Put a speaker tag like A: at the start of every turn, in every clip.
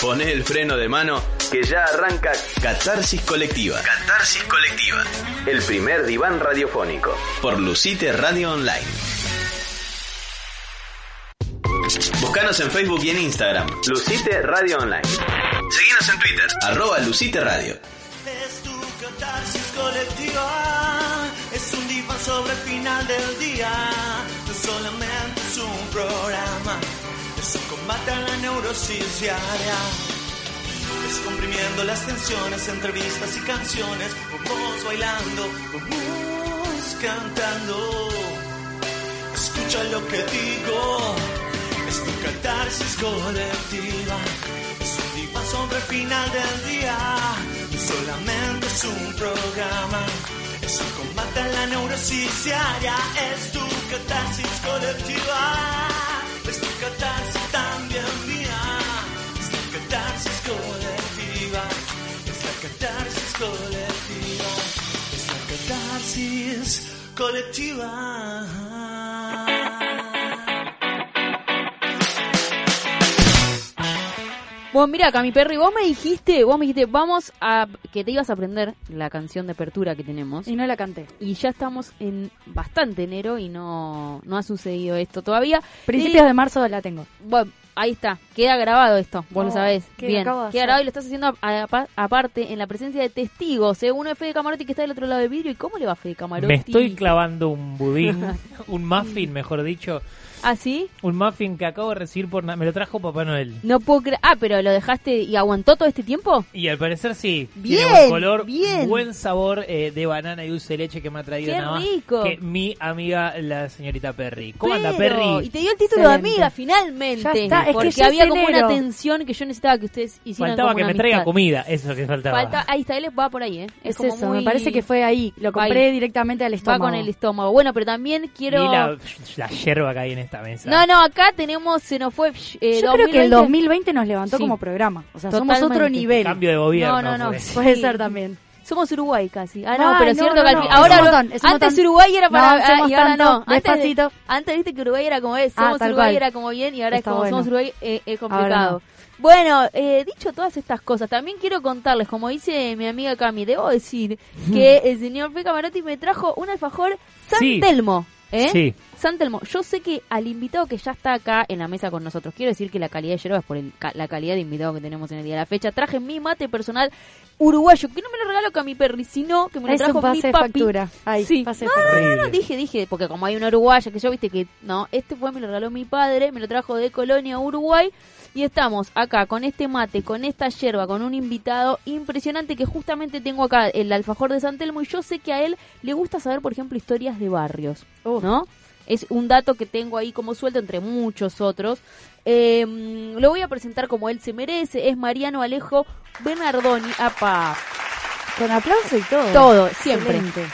A: Poné el freno de mano que ya arranca Catarsis Colectiva. Catarsis Colectiva. El primer diván radiofónico. Por Lucite Radio Online. Búscanos en Facebook y en Instagram. Lucite Radio Online. Seguinos en Twitter. Arroba Lucite Radio.
B: Es tu catarsis colectiva, es un diván sobre el final del día. No solamente es un programa, es un combate a la neurosis diaria. Descomprimiendo las tensiones, entrevistas y canciones, vamos bailando, vamos cantando. Escucha lo que digo, es tu catarsis colectiva. Es un diván sobre el final del día, no solamente es un programa. Es un combate a la neurosis diaria, es tu catarsis colectiva. Es tu catarsis también mía, es tu catarsis colectiva. Es la catarsis colectiva, es la catarsis colectiva.
C: Vos, mira, Cami Perry, vos me dijiste, vos me dijiste, vamos a. que te ibas a aprender la canción de apertura que tenemos.
D: Y no la canté.
C: Y ya estamos en bastante enero y no, no ha sucedido esto todavía.
D: Principios
C: Y-
D: de marzo la tengo.
C: Bueno, ahí está, queda grabado esto, vos lo
D: No,
C: sabés.
D: que
C: Bien,
D: acabo de
C: queda
D: hacer.
C: grabado y lo estás haciendo a- a- aparte en la presencia de testigos. ¿eh? Uno es Fede Camarotti que está del otro lado del vidrio. ¿Y cómo le va Fede Camarotti?
E: Me estoy clavando un budín, un muffin, mejor dicho,
C: ¿Ah, sí?
E: un muffin que acabo de recibir por... na- Me lo trajo Papá Noel.
C: No puedo creer. Ah, pero lo dejaste y aguantó todo este tiempo.
E: Y al parecer sí,
C: Bien,
E: tiene buen color,
C: bien.
E: buen sabor eh, de banana y dulce de leche que me ha traído
C: ¡Qué
E: nada más
C: rico!
E: que mi amiga la señorita Perry. ¿Cómo anda
C: Pero,
E: Perry?
C: Y te dio el título
D: Excelente.
C: de amiga finalmente.
D: Ya está, es que
C: porque
D: ya es
C: había como una
D: enero.
C: tensión que yo necesitaba que ustedes hicieran.
E: Faltaba
C: como
E: que me
C: una
E: traiga
C: amistad.
E: comida, eso que faltaba.
C: Falta, ahí está, él va por ahí, ¿eh?
D: Es,
C: como
D: eso,
C: muy-
D: me parece que fue ahí. Lo
C: va
D: compré
C: ahí.
D: directamente al
C: Va
D: estómago.
C: con el estómago. Bueno, pero también quiero.
E: Ni la, la yerba que hay en esta mesa.
C: No, no, acá tenemos, se nos fue. eh,
D: Yo creo que
C: 2020.
D: el 2020 nos levantó
C: Sí.
D: como programa. O sea, somos otro
C: Totalmente.
D: nivel.
E: Cambio de gobierno. pues.
C: No, no, no.
E: fue.
D: Puede
C: Sí.
D: ser también.
C: Somos Uruguay casi. Ah, no,
D: Ay,
C: pero es
D: no,
C: cierto
D: no,
C: que al
D: no.
C: fin-
D: Es
C: ahora
D: un montón, es un
C: antes
D: montón.
C: Uruguay era para
D: No
C: ah,
D: hacemos
C: y ahora
D: tanto,
C: no. Antes,
D: despacito.
C: antes viste que Uruguay era como es,
D: Ah,
C: somos
D: tal
C: Uruguay
D: cual.
C: era como bien y ahora
D: Está
C: es como
D: bueno.
C: somos Uruguay eh, es
D: Ahora
C: complicado.
D: no.
C: Bueno, eh, dicho todas estas cosas, también quiero contarles, como dice mi amiga Cami, debo decir que el señor P. Camarotti me trajo un alfajor San
E: Sí.
C: Telmo. ¿eh?
E: Sí.
C: San Telmo, yo sé que al invitado que ya está acá en la mesa con nosotros, quiero decir que la calidad de yerba es por el ca- la calidad de invitado que tenemos en el día de la fecha. Traje mi mate personal uruguayo, que no me lo regaló Cami Perry, sino que me lo
D: Es
C: trajo
D: un pase
C: mi
D: de
C: papi.
D: factura. Ahí,
C: Sí.
D: pase de
C: No,
D: factura.
C: No, no,
E: Horrible.
C: dije, dije, porque como hay una uruguaya que yo viste que no, este fue me lo regaló mi padre, me lo trajo de Colonia, Uruguay, y estamos acá con este mate, con esta yerba, con un invitado impresionante que justamente tengo acá, el alfajor de San Telmo, y yo sé que a él le gusta saber, por ejemplo, historias de barrios,
D: Uh.
C: Ah. ¿no? Es un dato que tengo ahí como suelto entre muchos otros. Eh, lo voy a presentar como él se merece, es Mariano Alejo Bernardoni, apa,
D: Con aplauso y todo.
C: todo, siempre.
D: Excelente.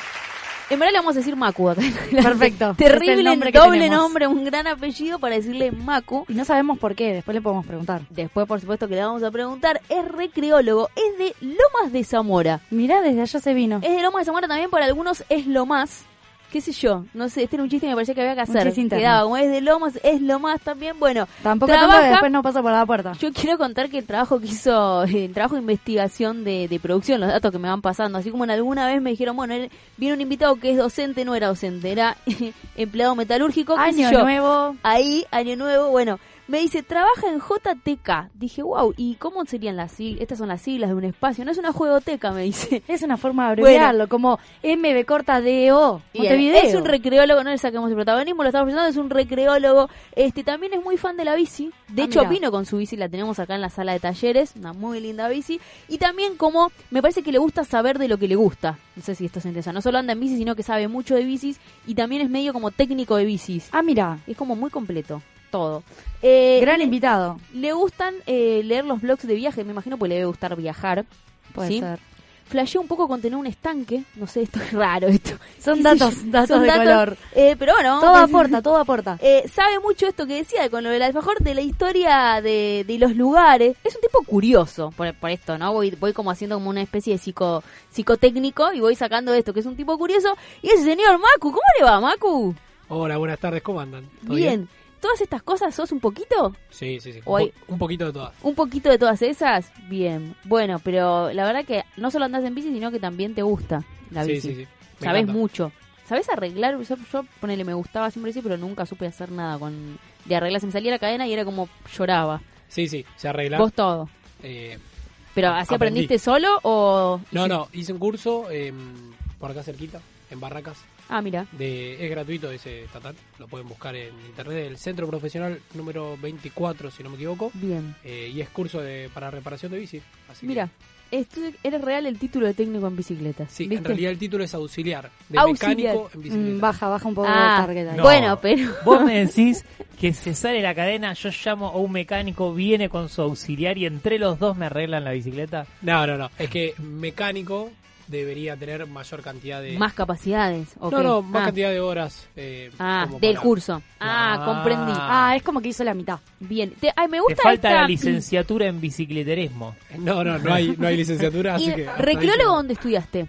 C: En verdad le vamos a decir Macu acá.
D: Perfecto.
C: Terrible
D: Es el nombre que
C: doble
D: tenemos.
C: nombre, un gran apellido para decirle Macu.
D: Y no sabemos por qué, después le podemos preguntar.
C: Después, por supuesto, que le vamos a preguntar. Es recreólogo, es de Lomas de Zamora.
D: Mirá, desde allá se vino.
C: Es de Lomas de Zamora también, para algunos es lo más. ¿Qué sé yo? No sé, este era un chiste que me parecía que había que
D: Un
C: hacer.
D: chiste interno.
C: Quedaba como es de Lomas, es lo más también. Bueno,
D: Tampoco
C: trabaja,
D: tanto que después no pasa por la puerta.
C: yo quiero contar que el trabajo que hizo, el trabajo de investigación de, de producción, los datos que me van pasando, así como en alguna vez me dijeron, bueno, él- viene un invitado que es docente, no era docente, era empleado metalúrgico, qué sé
D: Año
C: yo.
D: nuevo.
C: Ahí, año nuevo, bueno, me dice, trabaja en JTK. Dije, wow, ¿y cómo serían las siglas? Estas son las siglas de un espacio, no es una juegoteca, me dice.
D: Es una forma de abreviarlo, como MB corta DO.
C: Bien,
D: Montevideo.
C: Es un recreólogo, no le saquemos el protagonismo, lo estamos presentando, es un recreólogo. Este también es muy fan de la bici. De
D: Ah,
C: hecho,
D: mirá.
C: vino con su bici, la tenemos acá en la sala de talleres, una muy linda bici. Y también como me parece que le gusta saber de lo que le gusta. No sé si esto se interesa. No solo anda en bici, sino que sabe mucho de bicis y también es medio como técnico de bicis.
D: Ah, mira,
C: Es como muy completo. todo. Eh,
D: Gran invitado.
C: Le gustan eh, leer los blogs de viaje, me imagino porque le debe gustar viajar.
D: Puede
C: ¿sí?
D: ser.
C: Flasheó un poco con tener un estanque. No sé, esto es raro. Esto.
D: Son
C: Qué sé
D: datos,
C: yo,
D: datos
C: son
D: de color.
C: eh, pero bueno,
D: Todo aporta, todo aporta.
C: Eh, sabe mucho esto que decía con lo del alfajor de la historia de, de los lugares. Es un tipo curioso por, por esto, ¿no? Voy, voy como haciendo como una especie de psico, psicotécnico y voy sacando esto, que es un tipo curioso. Y ese señor Macu, ¿cómo le va, Macu?
F: Hola, buenas tardes, ¿cómo andan? ¿Todo
C: Bien. ¿Todas estas cosas sos un poquito?
F: Sí, sí, sí. Un,
C: Hoy-
F: po- un poquito de todas.
C: ¿Un poquito de todas esas? Bien. Bueno, pero la verdad que no solo andás en bici, sino que también te gusta la
F: sí,
C: bici.
F: sí, sí. Me
C: Sabés
F: encanta.
C: mucho. ¿Sabés arreglar? Yo, yo, ponele, me gustaba siempre decir, pero nunca supe hacer nada con... De arreglar, se me salía la cadena y era como lloraba.
F: Sí, sí, se arregla.
C: Vos todo.
F: Eh,
C: ¿Pero así
F: Aprendí.
C: aprendiste solo o...?
F: no,
C: hici-
F: no, hice un curso eh, por acá cerquita, en Barracas.
C: Ah, mira.
F: De, es gratuito ese tatat, lo pueden buscar en internet. El Centro Profesional número 24, si no me equivoco.
C: Bien.
F: Eh, y es curso de, para reparación de bici. Así que-
C: Mira, esto- eres real el título de técnico en bicicletas.
F: sí, en
C: ¿viste?
F: realidad el título es auxiliar. De
C: Auxiliar.
F: mecánico en bicicleta.
D: Mm, baja, baja un poco
C: Ah,
D: el target ahí.
E: No.
C: bueno, pero...
E: Vos me decís que se sale la cadena, yo llamo a un mecánico, viene con su auxiliar y entre los dos me arreglan la bicicleta.
F: No, no, no. Es que mecánico debería tener mayor cantidad de.
C: Más capacidades. ¿o
F: no,
C: qué?
F: no, más
C: Ah.
F: cantidad de horas. eh,
C: Ah,
F: como
C: del
F: para-
C: curso. Ah,
E: Ah.
C: comprendí.
D: Ah, es como que hizo la mitad.
C: Bien. Te- ay, me
E: Te
C: gusta
E: falta
C: esta-
E: la licenciatura en bicicleterismo.
F: No, no, no hay, no hay licenciatura,
C: ¿Y
F: así que. hasta ahí
C: recreólogo
F: llegó.
C: dónde estudiaste?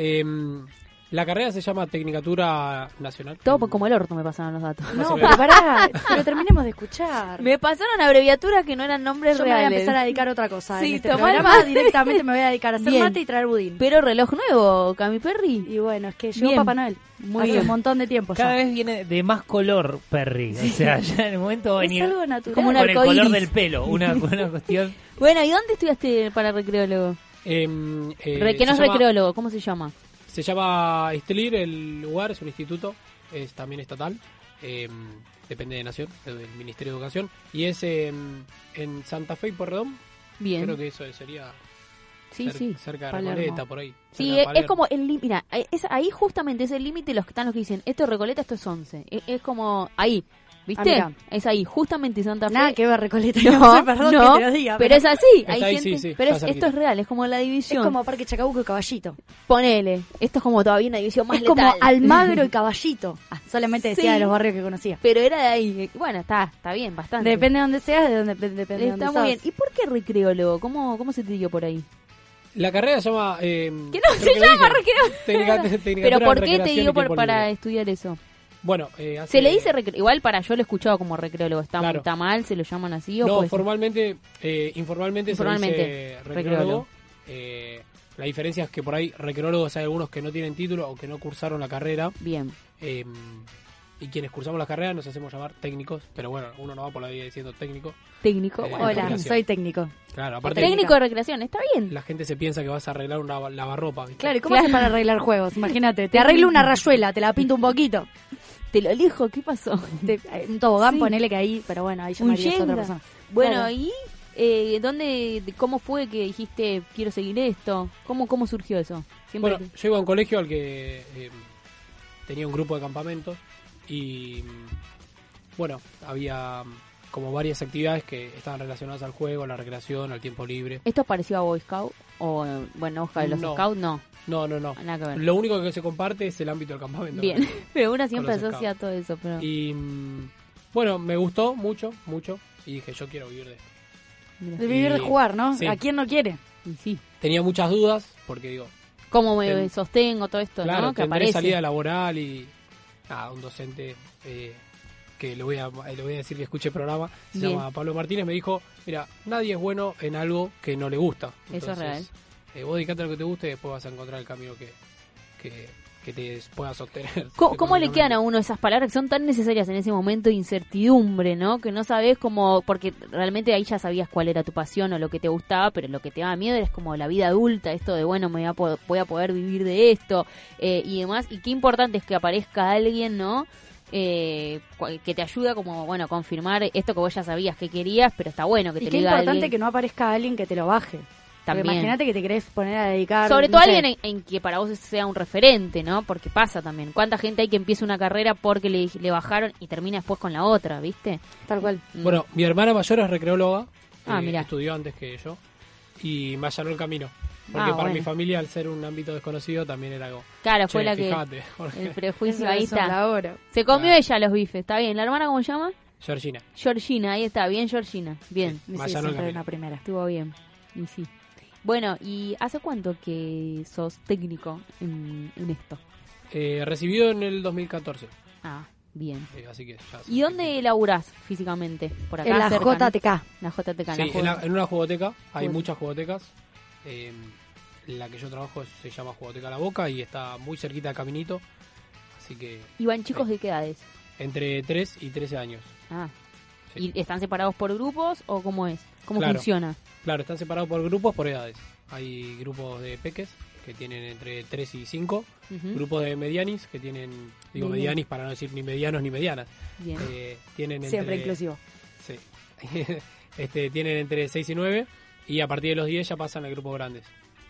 F: Em, la carrera se llama Tecnicatura Nacional.
C: Todo por- como el orto me pasaron los datos.
D: No, pero pará, pero terminemos de escuchar.
C: Me pasaron abreviaturas que no eran nombres
D: Yo me voy a
C: reales.
D: empezar a dedicar a otra cosa.
C: Sí,
D: en este
C: tomar
D: programa
C: mate.
D: directamente me voy a dedicar a hacer
C: Bien.
D: mate y traer budín.
C: Pero reloj nuevo, Cami Perry.
D: Y bueno, es que llegó
C: Bien.
D: Papá Noel.
C: Muy
D: hace
C: bien.
D: un montón de tiempo
E: Cada
D: ya.
E: vez viene de más color, Perry. O sea, ya en el momento va a venir
D: Es algo natural.
C: Como un
E: con el color
C: arcoíris.
E: del pelo. Una, una cuestión.
C: Bueno, ¿y dónde estudiaste para recreólogo?
F: Em, eh,
C: Re- que no es
F: se llama-
C: recreólogo, ¿cómo se llama?
F: Se llama Estelir, el lugar es un instituto, es también estatal, em, depende de Nación, del Ministerio de Educación, y es em, en Santa Fe y Porredón.
C: Bien.
F: Creo que eso sería
C: sí,
F: cer-
C: sí.
F: cerca de
C: Palermo.
F: Recoleta, por ahí. cerca
C: Sí,
F: de
C: es, es
F: Palermo.
C: como el límite. Mira, ahí- es, ahí justamente es el límite. Los que están los que dicen, esto es Recoleta, esto es 11. Es, es como ahí. ¿Viste?
D: Ah, mirá.
C: es ahí, justamente Santa Fe.
D: Nada que ver, Recoleta.
C: No,
D: No, sé, perdón
C: no,
D: que te lo diga.
C: pero es así.
F: Está
C: Hay
F: ahí,
C: gente,
F: sí, sí,
C: pero
F: está
C: es- esto
F: cerquita.
C: es real, es como la división.
D: es como Parque Chacabuco y Caballito.
C: Ponele, esto es como todavía una división más
D: es como
C: letal.
D: Almagro y Caballito. Ah, Solamente decía
C: Sí.
D: de los barrios que conocía.
C: Pero era de ahí. Bueno, está, está bien, bastante.
D: Depende de dónde seas, de dónde, de- depende de dónde
C: Está muy bien.
D: seas.
C: ¿Y por qué recreólogo? ¿Cómo, cómo se te dio por ahí?
F: La carrera se llama... em,
C: Que no
F: creo
C: se
F: lo
C: llama
F: dije,
C: recreo-
F: Tecnica- Tecnicatura
C: Pero
F: en
C: ¿por qué te
F: Recreación y
C: dio por-
F: Tiempo
C: para
F: Libre.
C: estudiar eso?
F: Bueno, eh, hace-
C: Se le dice recre- igual para yo lo he escuchado como recreólogo, está,
F: Claro.
C: está mal, se lo llaman así o
F: No,
C: puede ser?
F: formalmente, eh, informalmente,
C: pues? Informalmente,
F: se dice
C: recreólogo.
F: recreólogo. Eh, la diferencia es que por ahí recreólogos hay algunos que no tienen título o que no cursaron la carrera.
C: bien.
F: eh, y quienes cursamos la carrera nos hacemos llamar técnicos, pero bueno, uno no va por la vida diciendo técnico.
C: Técnico,
F: Eh,
C: bueno,
D: Hola,
F: Gracias.
D: soy técnico.
F: Claro, aparte
C: técnico de recreación, está bien.
F: la gente se piensa que vas a arreglar una lava- lavarropa. ¿viste?
D: Claro, ¿y cómo
C: Claro.
D: haces para arreglar juegos? Imagínate, te arreglo una rayuela, te la pinto un poquito.
C: Te lo elijo, ¿qué pasó?
D: Te- eh, un tobogán,
C: Sí.
D: ponele que ahí, pero bueno, ahí
C: Un
D: llamarías a
C: Jenga.
D: otra persona.
C: Bueno,
D: Claro.
C: ¿y eh, dónde, de- cómo fue que dijiste quiero seguir esto? ¿Cómo, cómo surgió eso? Siempre
F: Bueno, yo iba a un colegio al que eh, tenía un grupo de campamentos y mm, bueno, había mm, como varias actividades que estaban relacionadas al juego, a la recreación, al tiempo libre.
C: ¿Esto pareció a Boy Scout? O, eh, bueno, hoja de los
F: No.
C: Scouts, no,
F: No, no, no.
C: nada que ver.
F: Lo único que se comparte es el ámbito del campamento.
C: Bien, pero uno siempre
F: Con los
C: asocia todo eso, pero
F: Y mm, bueno, me gustó mucho, mucho y dije, yo quiero vivir de esto.
C: mira.
D: De vivir de
F: Sí.
D: jugar, ¿no?
F: Sí.
D: ¿A quién no quiere?
C: Y sí.
F: Tenía muchas dudas porque digo,
C: ¿Cómo me
F: Ten-
C: sostengo todo esto,
F: claro,
C: no? Que
F: tendré
C: aparece.
F: salida laboral y nada, un docente eh, que le voy, a, eh, le voy a decir que escuche el programa, se
C: Bien.
F: llama Pablo Martínez, me dijo, mira, nadie es bueno en algo que no le gusta.
C: Eso es real.
F: eh, vos dedicate a lo que te guste y después vas a encontrar el camino que, que, que te pueda sostener.
C: ¿Cómo, cómo le quedan a
F: económicamente.
C: uno esas palabras que son tan necesarias en ese momento de incertidumbre, ¿no? Que no sabes cómo, porque realmente ahí ya sabías cuál era tu pasión o lo que te gustaba, pero lo que te daba miedo era como la vida adulta, esto de, bueno, me voy a, po- voy a poder vivir de esto eh, y demás. Y qué importante es que aparezca alguien, ¿no? Eh, cual- que te ayuda como, bueno, a confirmar esto que vos ya sabías que querías, pero está bueno que
D: Y
C: te
D: qué
C: lo diga
D: importante
C: alguien.
D: que no aparezca alguien que te lo baje. Porque
C: también.
D: Imagínate que te querés poner a dedicar.
C: Sobre
D: no
C: todo
D: sé,
C: alguien en, en que para vos sea un referente, ¿no? Porque pasa también. ¿Cuánta gente hay que empieza una carrera porque le, le bajaron y termina después con la otra, viste? Mm.
D: Tal cual.
F: Bueno, mi hermana mayor es recreóloga. eh,
C: Ah, mirá.
F: Estudió antes que yo. Y me allanó el camino. Porque
C: Ah,
F: para
C: bueno.
F: mi familia, al ser un ámbito desconocido, también era algo.
C: Claro,
F: "Che,
C: fue la que...
F: fíjate, Jorge.
C: El prejuicio,
D: Eso
C: ahí
D: es la
C: está.
D: hora.
C: Se comió
F: Claro.
C: ella los bifes, está bien. ¿La hermana cómo se llama?
F: Georgina.
C: Georgina, ahí está, bien Georgina. Bien,
D: Sí,
F: Vaya, no,
D: siempre
F: Camila.
D: en la primera.
C: estuvo bien. Y sí. Bueno, ¿y hace cuánto que sos técnico en, en esto?
F: Eh, recibido en el 2014.
C: Ah, bien.
F: eh, así que ya hace-
C: ¿Y dónde laburás físicamente? Por acá
D: En la
C: cerca, ¿no?
D: JTK.
C: La JTK, la
F: Sí, en, la-
C: J-
F: en una jugoteca. Hay
C: Jugoteca.
F: muchas jugotecas. Eh, la que yo trabajo se llama Jugoteca La Boca y está muy cerquita de Caminito. Así que
C: ¿Y van chicos de qué edades?
F: entre 3 y 13 años.
C: Ah.
F: Sí.
C: ¿Y están separados por grupos o cómo es? ¿Cómo
F: Claro.
C: funciona?
F: Claro, están separados por grupos por edades. Hay grupos de peques que tienen entre 3 y 5,
C: Ujú,
F: grupos de medianis que tienen, digo
C: ¿Mm? Medianis.
F: medianis para no decir ni medianos ni medianas,
C: Bien.
F: eh, tienen
D: Siempre
F: entre,
D: inclusivo.
F: sí. este, tienen entre 6 y 9 y a partir de los 10 ya pasan a grupos grandes.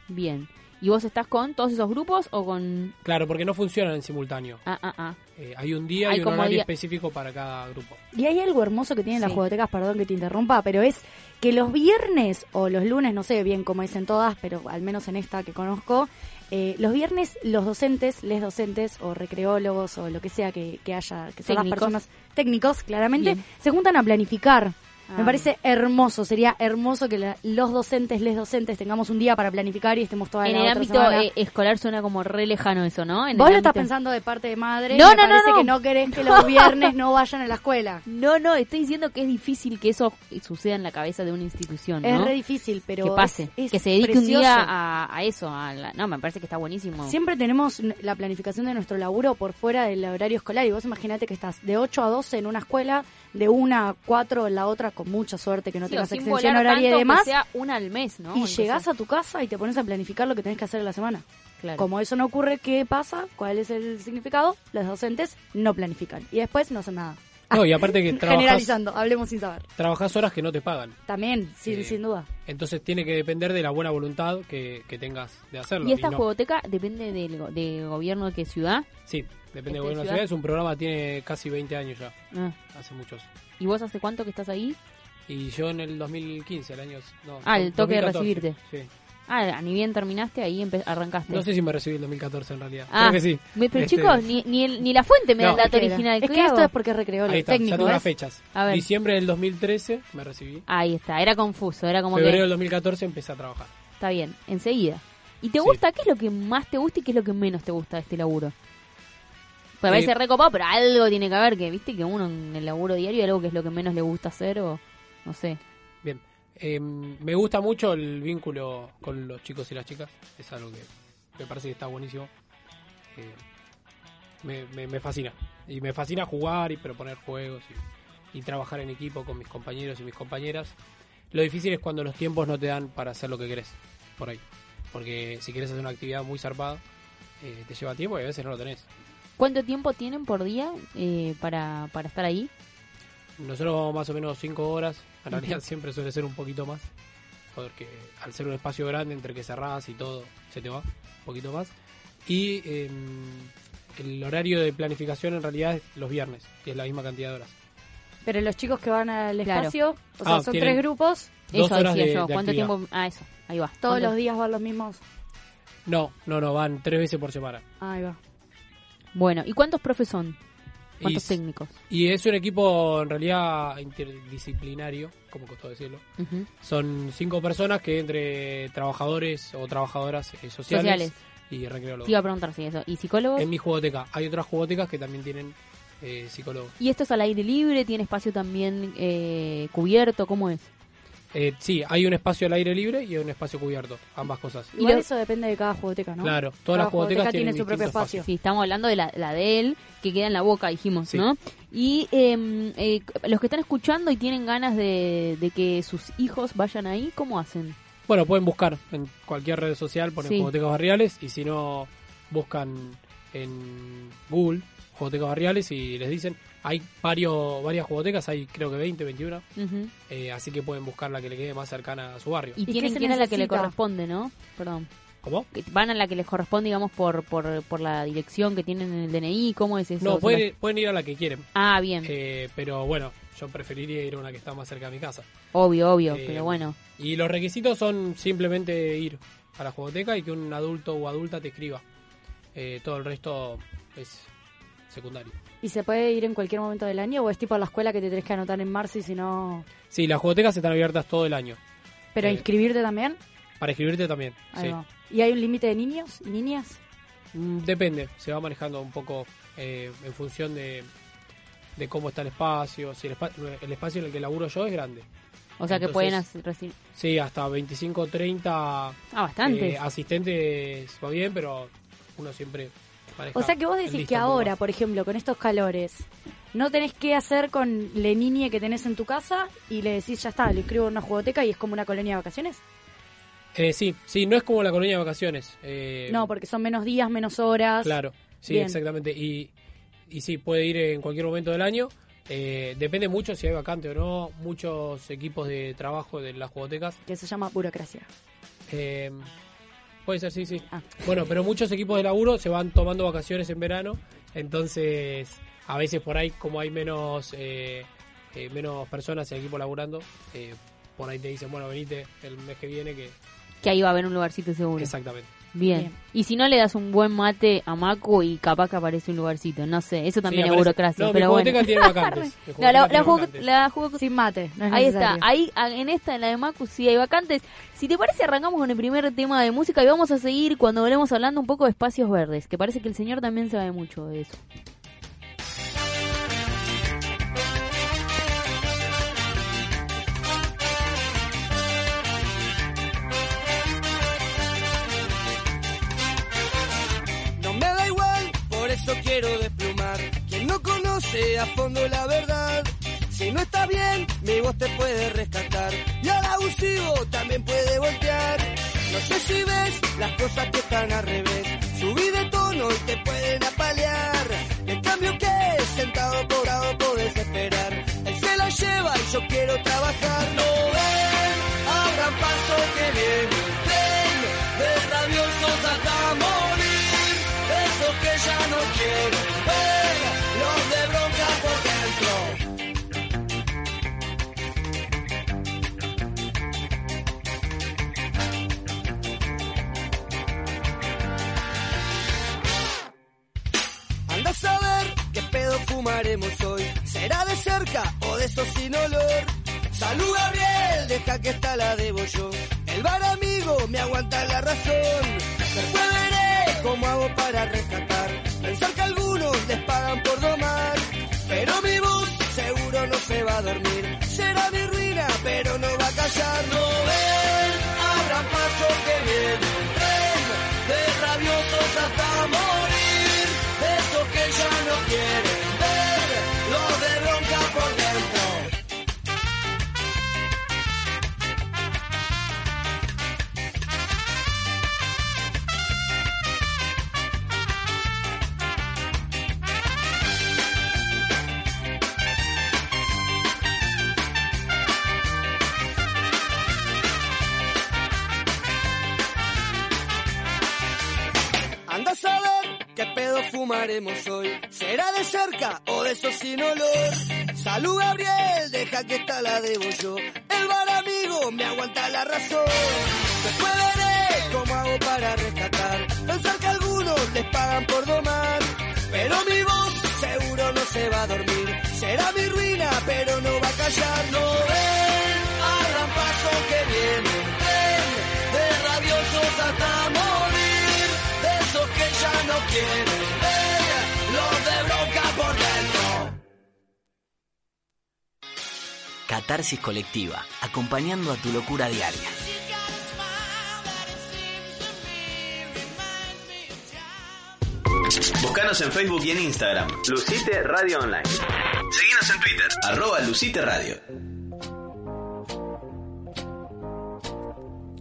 C: Bien. ¿Y vos estás con todos esos grupos o con.?
F: Claro, porque no funcionan en simultáneo.
C: Ah, ah, ah.
F: Eh, hay un día
C: Hay
F: y un
C: como
F: horario
C: día-
F: específico para cada grupo.
D: Y hay algo hermoso que tienen las
C: Sí.
D: jugotecas, perdón que te interrumpa, pero es que los viernes o los lunes, no sé bien cómo dicen todas, pero al menos en esta que conozco, eh, los viernes los docentes, les docentes o recreólogos o lo que sea que, que haya, que son las
C: Técnicos.
D: personas técnicos, claramente,
C: Bien.
D: se juntan a planificar.
C: Ah.
D: Me parece hermoso, sería hermoso que la- los docentes, les docentes tengamos un día para planificar y estemos toda
C: En
D: la
C: el
D: otra
C: ámbito
D: semana.
C: eh, escolar suena como re lejano eso, ¿no? En
D: Vos
C: el
D: lo estás
C: ámbito-
D: pensando de parte de madre,
C: No,
D: me
C: no, no,
D: parece
C: no.
D: que no querés que los viernes no vayan a la escuela.
C: No, no, estoy diciendo que es difícil que eso suceda en la cabeza de una institución, ¿no?
D: Es re difícil, pero
C: que pase,
D: es- es
C: que se dedique un
D: precioso.
C: día a, a eso. a la- No, me parece que está buenísimo.
D: Siempre tenemos n- la planificación de nuestro laburo por fuera del horario escolar y vos imaginate que estás de 8 a 12 en una escuela, de 1 a 4 en la otra, con mucha suerte que no
C: Sí, o
D: tengas
C: sin
D: extensión
C: volar
D: horaria
C: tanto,
D: y
C: aunque
D: demás,
C: sea una al mes, ¿no?
D: y llegás a tu casa y te pones a planificar lo que tenés que hacer en la semana.
C: Claro.
D: Como eso no ocurre, ¿qué pasa? ¿Cuál es el significado? Los docentes no planifican y después no hacen nada.
C: Ah,
F: No, y aparte que trabajas,
D: Generalizando, hablemos sin saber.
F: trabajás horas que no te pagan.
D: También, sin,
F: Sí.
D: sin duda.
F: Entonces tiene que depender de la buena voluntad que, que tengas de hacerlo.
C: ¿Y esta
F: no.
C: jugoteca depende del, go- de gobierno de qué ciudad?
F: Sí, depende
C: Este,
F: del gobierno de la
C: ciudad.
F: ciudad. Es un programa que tiene casi 20 años ya,
C: Ah.
F: hace muchos.
C: ¿Y vos hace cuánto que estás ahí?
F: Y yo en el 2015, el año... No,
C: Ah, el toque de
F: 2014,
C: recibirte.
F: Sí.
C: Ah, ni bien terminaste, ahí empe- arrancaste.
F: No sé si me recibí el 2014 en realidad.
C: Ah,
F: Creo que sí.
C: me- pero
F: Este,
C: chicos, ni, ni, el- ni la fuente me da
F: No.
C: el dato
D: Era.
C: original.
D: Es
C: ¿Qué
D: que esto
C: hago?
D: es porque recreó
F: Ahí
D: el
F: está, ya
D: técnico. ¿eh?
F: tengo las
D: ¿ves?
F: fechas.
C: A ver.
F: Diciembre del 2013 me recibí.
C: Ahí está, era confuso, era como
F: Febrero
C: que...
F: del 2014 empecé a trabajar.
C: Está bien, enseguida. ¿Y te
F: Sí.
C: gusta? ¿Qué es lo que más te gusta y qué es lo que menos te gusta de este laburo? Puede
F: Eh,
C: verse recopado, pero algo tiene que haber, que viste que uno en el laburo diario hay algo que es lo que menos le gusta hacer o no sé.
F: Bien. Eh, me gusta mucho el vínculo con los chicos y las chicas. Es algo que me parece que está buenísimo. Eh, me, me- me fascina. Y me fascina jugar y proponer juegos y, y trabajar en equipo con mis compañeros y mis compañeras. Lo difícil es cuando los tiempos no te dan para hacer lo que querés. Por ahí. Porque si querés hacer una actividad muy zarpada, eh, te lleva tiempo y a veces no lo tenés.
C: ¿Cuánto tiempo tienen por día eh, para, para estar ahí?
F: Nosotros vamos más o menos 5 horas, en realidad siempre suele ser un poquito más, porque al ser un espacio grande entre que cerrás y todo, se te va un poquito más. Y eh, el horario de planificación en realidad es los viernes, que es la misma cantidad de horas.
D: Pero los chicos que van al
C: Claro.
D: espacio, o sea,
F: Ah,
D: son
F: tienen-
D: tres grupos,
F: Dos
C: eso
F: horas
C: decía
F: de-
C: yo.
F: de
C: ¿Cuánto
F: actividad.
C: tiempo? Ah, eso. Ahí va.
D: todos
C: ¿Cuánto-
D: los días van los mismos.
F: No, no, no, van tres veces por semana.
D: Ahí va.
C: Bueno, ¿y cuántos profes son?
F: Y,
C: ¿Cuántos técnicos?
F: y es un equipo en realidad interdisciplinario, como costó decirlo.
C: Ujú.
F: Son cinco personas que entre trabajadores o trabajadoras eh, sociales,
C: Sociales.
F: y recreólogos.
C: Te iba a preguntar si eso. ¿Y psicólogos?
F: En mi jugoteca. Hay otras jugotecas que también tienen eh, psicólogos.
C: ¿Y esto es al aire libre? ¿Tiene espacio también eh, cubierto? ¿Cómo es?
F: Eh, sí, hay un espacio al aire libre y un espacio cubierto, ambas cosas.
D: Igual
C: lo-
D: eso depende de cada jugoteca, ¿no?
F: Claro, todas
D: Cada
F: las jugotecas
D: jugoteca
F: tienen
D: tiene su propio
F: distintos
D: espacio.
F: espacios.
C: Sí, estamos hablando de la, la de él, que queda en la boca, dijimos,
F: Sí.
C: ¿no? Y eh, eh, los que están escuchando y tienen ganas de, de que sus hijos vayan ahí, ¿cómo hacen?
F: Bueno, pueden buscar en cualquier red social, ponen
C: Sí.
F: jugotecas barriales y si no, buscan en Google jugotecas barriales y les dicen, Hay varios, varias jugotecas, hay creo que 20, 21,
C: Ujú.
F: eh, así que pueden buscar la que le quede más cercana a su barrio.
C: Y,
D: qué
C: tienen
D: se
C: que ir a la que le
D: necesita?
C: corresponde, ¿no? Perdón.
F: ¿Cómo?
C: Que Van a la que les corresponde, digamos, por, por, por la dirección que tienen en el DNI. ¿Cómo es eso?
F: No,
C: ¿Se las-
F: pueden, pueden ir a la que quieren,
C: Ah, bien.
F: eh, pero bueno, yo preferiría ir a una que está más cerca de mi casa.
C: obvio, obvio.
F: eh,
C: pero bueno.
F: Y los requisitos son simplemente ir a la jugoteca y que un adulto o adulta te escriba. Eh, todo el resto es secundario.
D: ¿Y se puede ir en cualquier momento del año o es tipo a la escuela que te tenés que anotar en marzo y si no...
F: Sí, las jugotecas están abiertas todo el año.
D: Pero
F: Eh,
D: inscribirte también?
F: Para escribirte también.
D: Ahí
F: sí.
D: va. ¿Y hay un límite de niños y niñas?
F: Mm, Depende, se va manejando un poco eh, en función de, de cómo está el espacio. Si el, espa- el espacio en el que laburo yo es grande.
C: O sea que
F: entonces-
C: pueden hacer- recibir.
F: Sí, hasta 25, 30
C: Ah, bastante.
F: eh, asistentes va bien, pero uno siempre maneja
D: O sea que vos
F: el
D: decís
F: listo
D: que
F: un poco
D: ahora,
F: más.
D: por ejemplo, con estos calores, no tenés qué hacer con la niña que tenés en tu casa y le decís, ya está, lo inscribo en una jugoteca y es como una colonia de vacaciones.
F: Eh, sí, sí, no es como la colonia de vacaciones. eh,
D: No, porque son menos días, menos horas.
F: Claro, sí,
D: Bien.
F: exactamente. Y, y sí, puede ir en cualquier momento del año. Eh, depende mucho si hay vacante o no. Muchos equipos de trabajo de las jugotecas.
D: Que se llama burocracia.
F: eh, puede ser, sí, sí.
D: Ah.
F: Bueno, pero muchos equipos de laburo se van tomando vacaciones en verano. Entonces, a veces por ahí, como hay menos, eh, eh, menos personas en el equipo laburando, eh, por ahí te dicen, bueno, venite el mes que viene. que
C: Que ahí va a haber un lugarcito seguro.
F: Exactamente.
C: Bien.
D: Bien.
C: Y si no le das un buen mate a Macu y capaz que aparece un lugarcito. No sé, eso también
F: Sí,
C: es
F: aparece-
C: burocracia.
F: No, mi
C: pero bueno.
F: jugoteca tiene vacantes. Mi
C: No, la,
F: jugoteca
C: la
F: tiene
C: jugo-
F: vacantes.
C: la jugo-
D: Sin mate, no es
C: Ahí
D: necesario.
C: está, ahí a- en esta, en la de Macu, sí hay vacantes. Si te parece, arrancamos con el primer tema de música y vamos a seguir cuando volvemos hablando un poco de espacios verdes, que parece que el señor también sabe mucho de eso.
G: No me da igual, por eso quiero desplumar. Quien no conoce a fondo la verdad. Si no está bien, mi voz te puede rescatar. Y al abusivo también puede voltear. No sé si ves las cosas que están al revés. Subí de tono y te pueden apalear. Y el cambio que sentado por lado podés esperar. Él se la lleva y yo quiero trabajar. No ven, abran paso que viene. un tren de rabiosos hasta morir. Eso que ya no quiero ver, los de bronca por dentro. Anda a saber qué pedo fumaremos hoy. Será de cerca o de eso sin olor. Salud Gabriel, deja que esta la debo yo. El bar amigo me aguanta la razón. Después veré cómo hago para rescatar. Pensar que algunos les pagan por domar. Pero mi voz seguro no se va a dormir. Será mi ruina, pero no va a callar. No ven, habrá paso que viene un tren de rabiosos hasta morir. Eso que ya no quieren ver, lo de bronca por dentro. Anda a saber qué pedo fumaremos hoy. Será de cerca o de eso sin olor. Salud Gabriel, deja que esta la debo yo. El bar amigo me aguanta la razón. Después veré cómo hago para rescatar. Pensar que algunos les pagan por domar. Pero mi voz seguro no se va a dormir. Será mi ruina, pero no va a callar. No ven, abran paso que viene un tren de rabiosos hasta morir. De esos que ya no quieren ver, los de bronca por dentro.
H: Catarsis colectiva, acompañando a tu locura diaria.
A: Buscanos en Facebook y en Instagram. Lucite Radio Online. Seguinos en Twitter. Arroba Lucite Radio.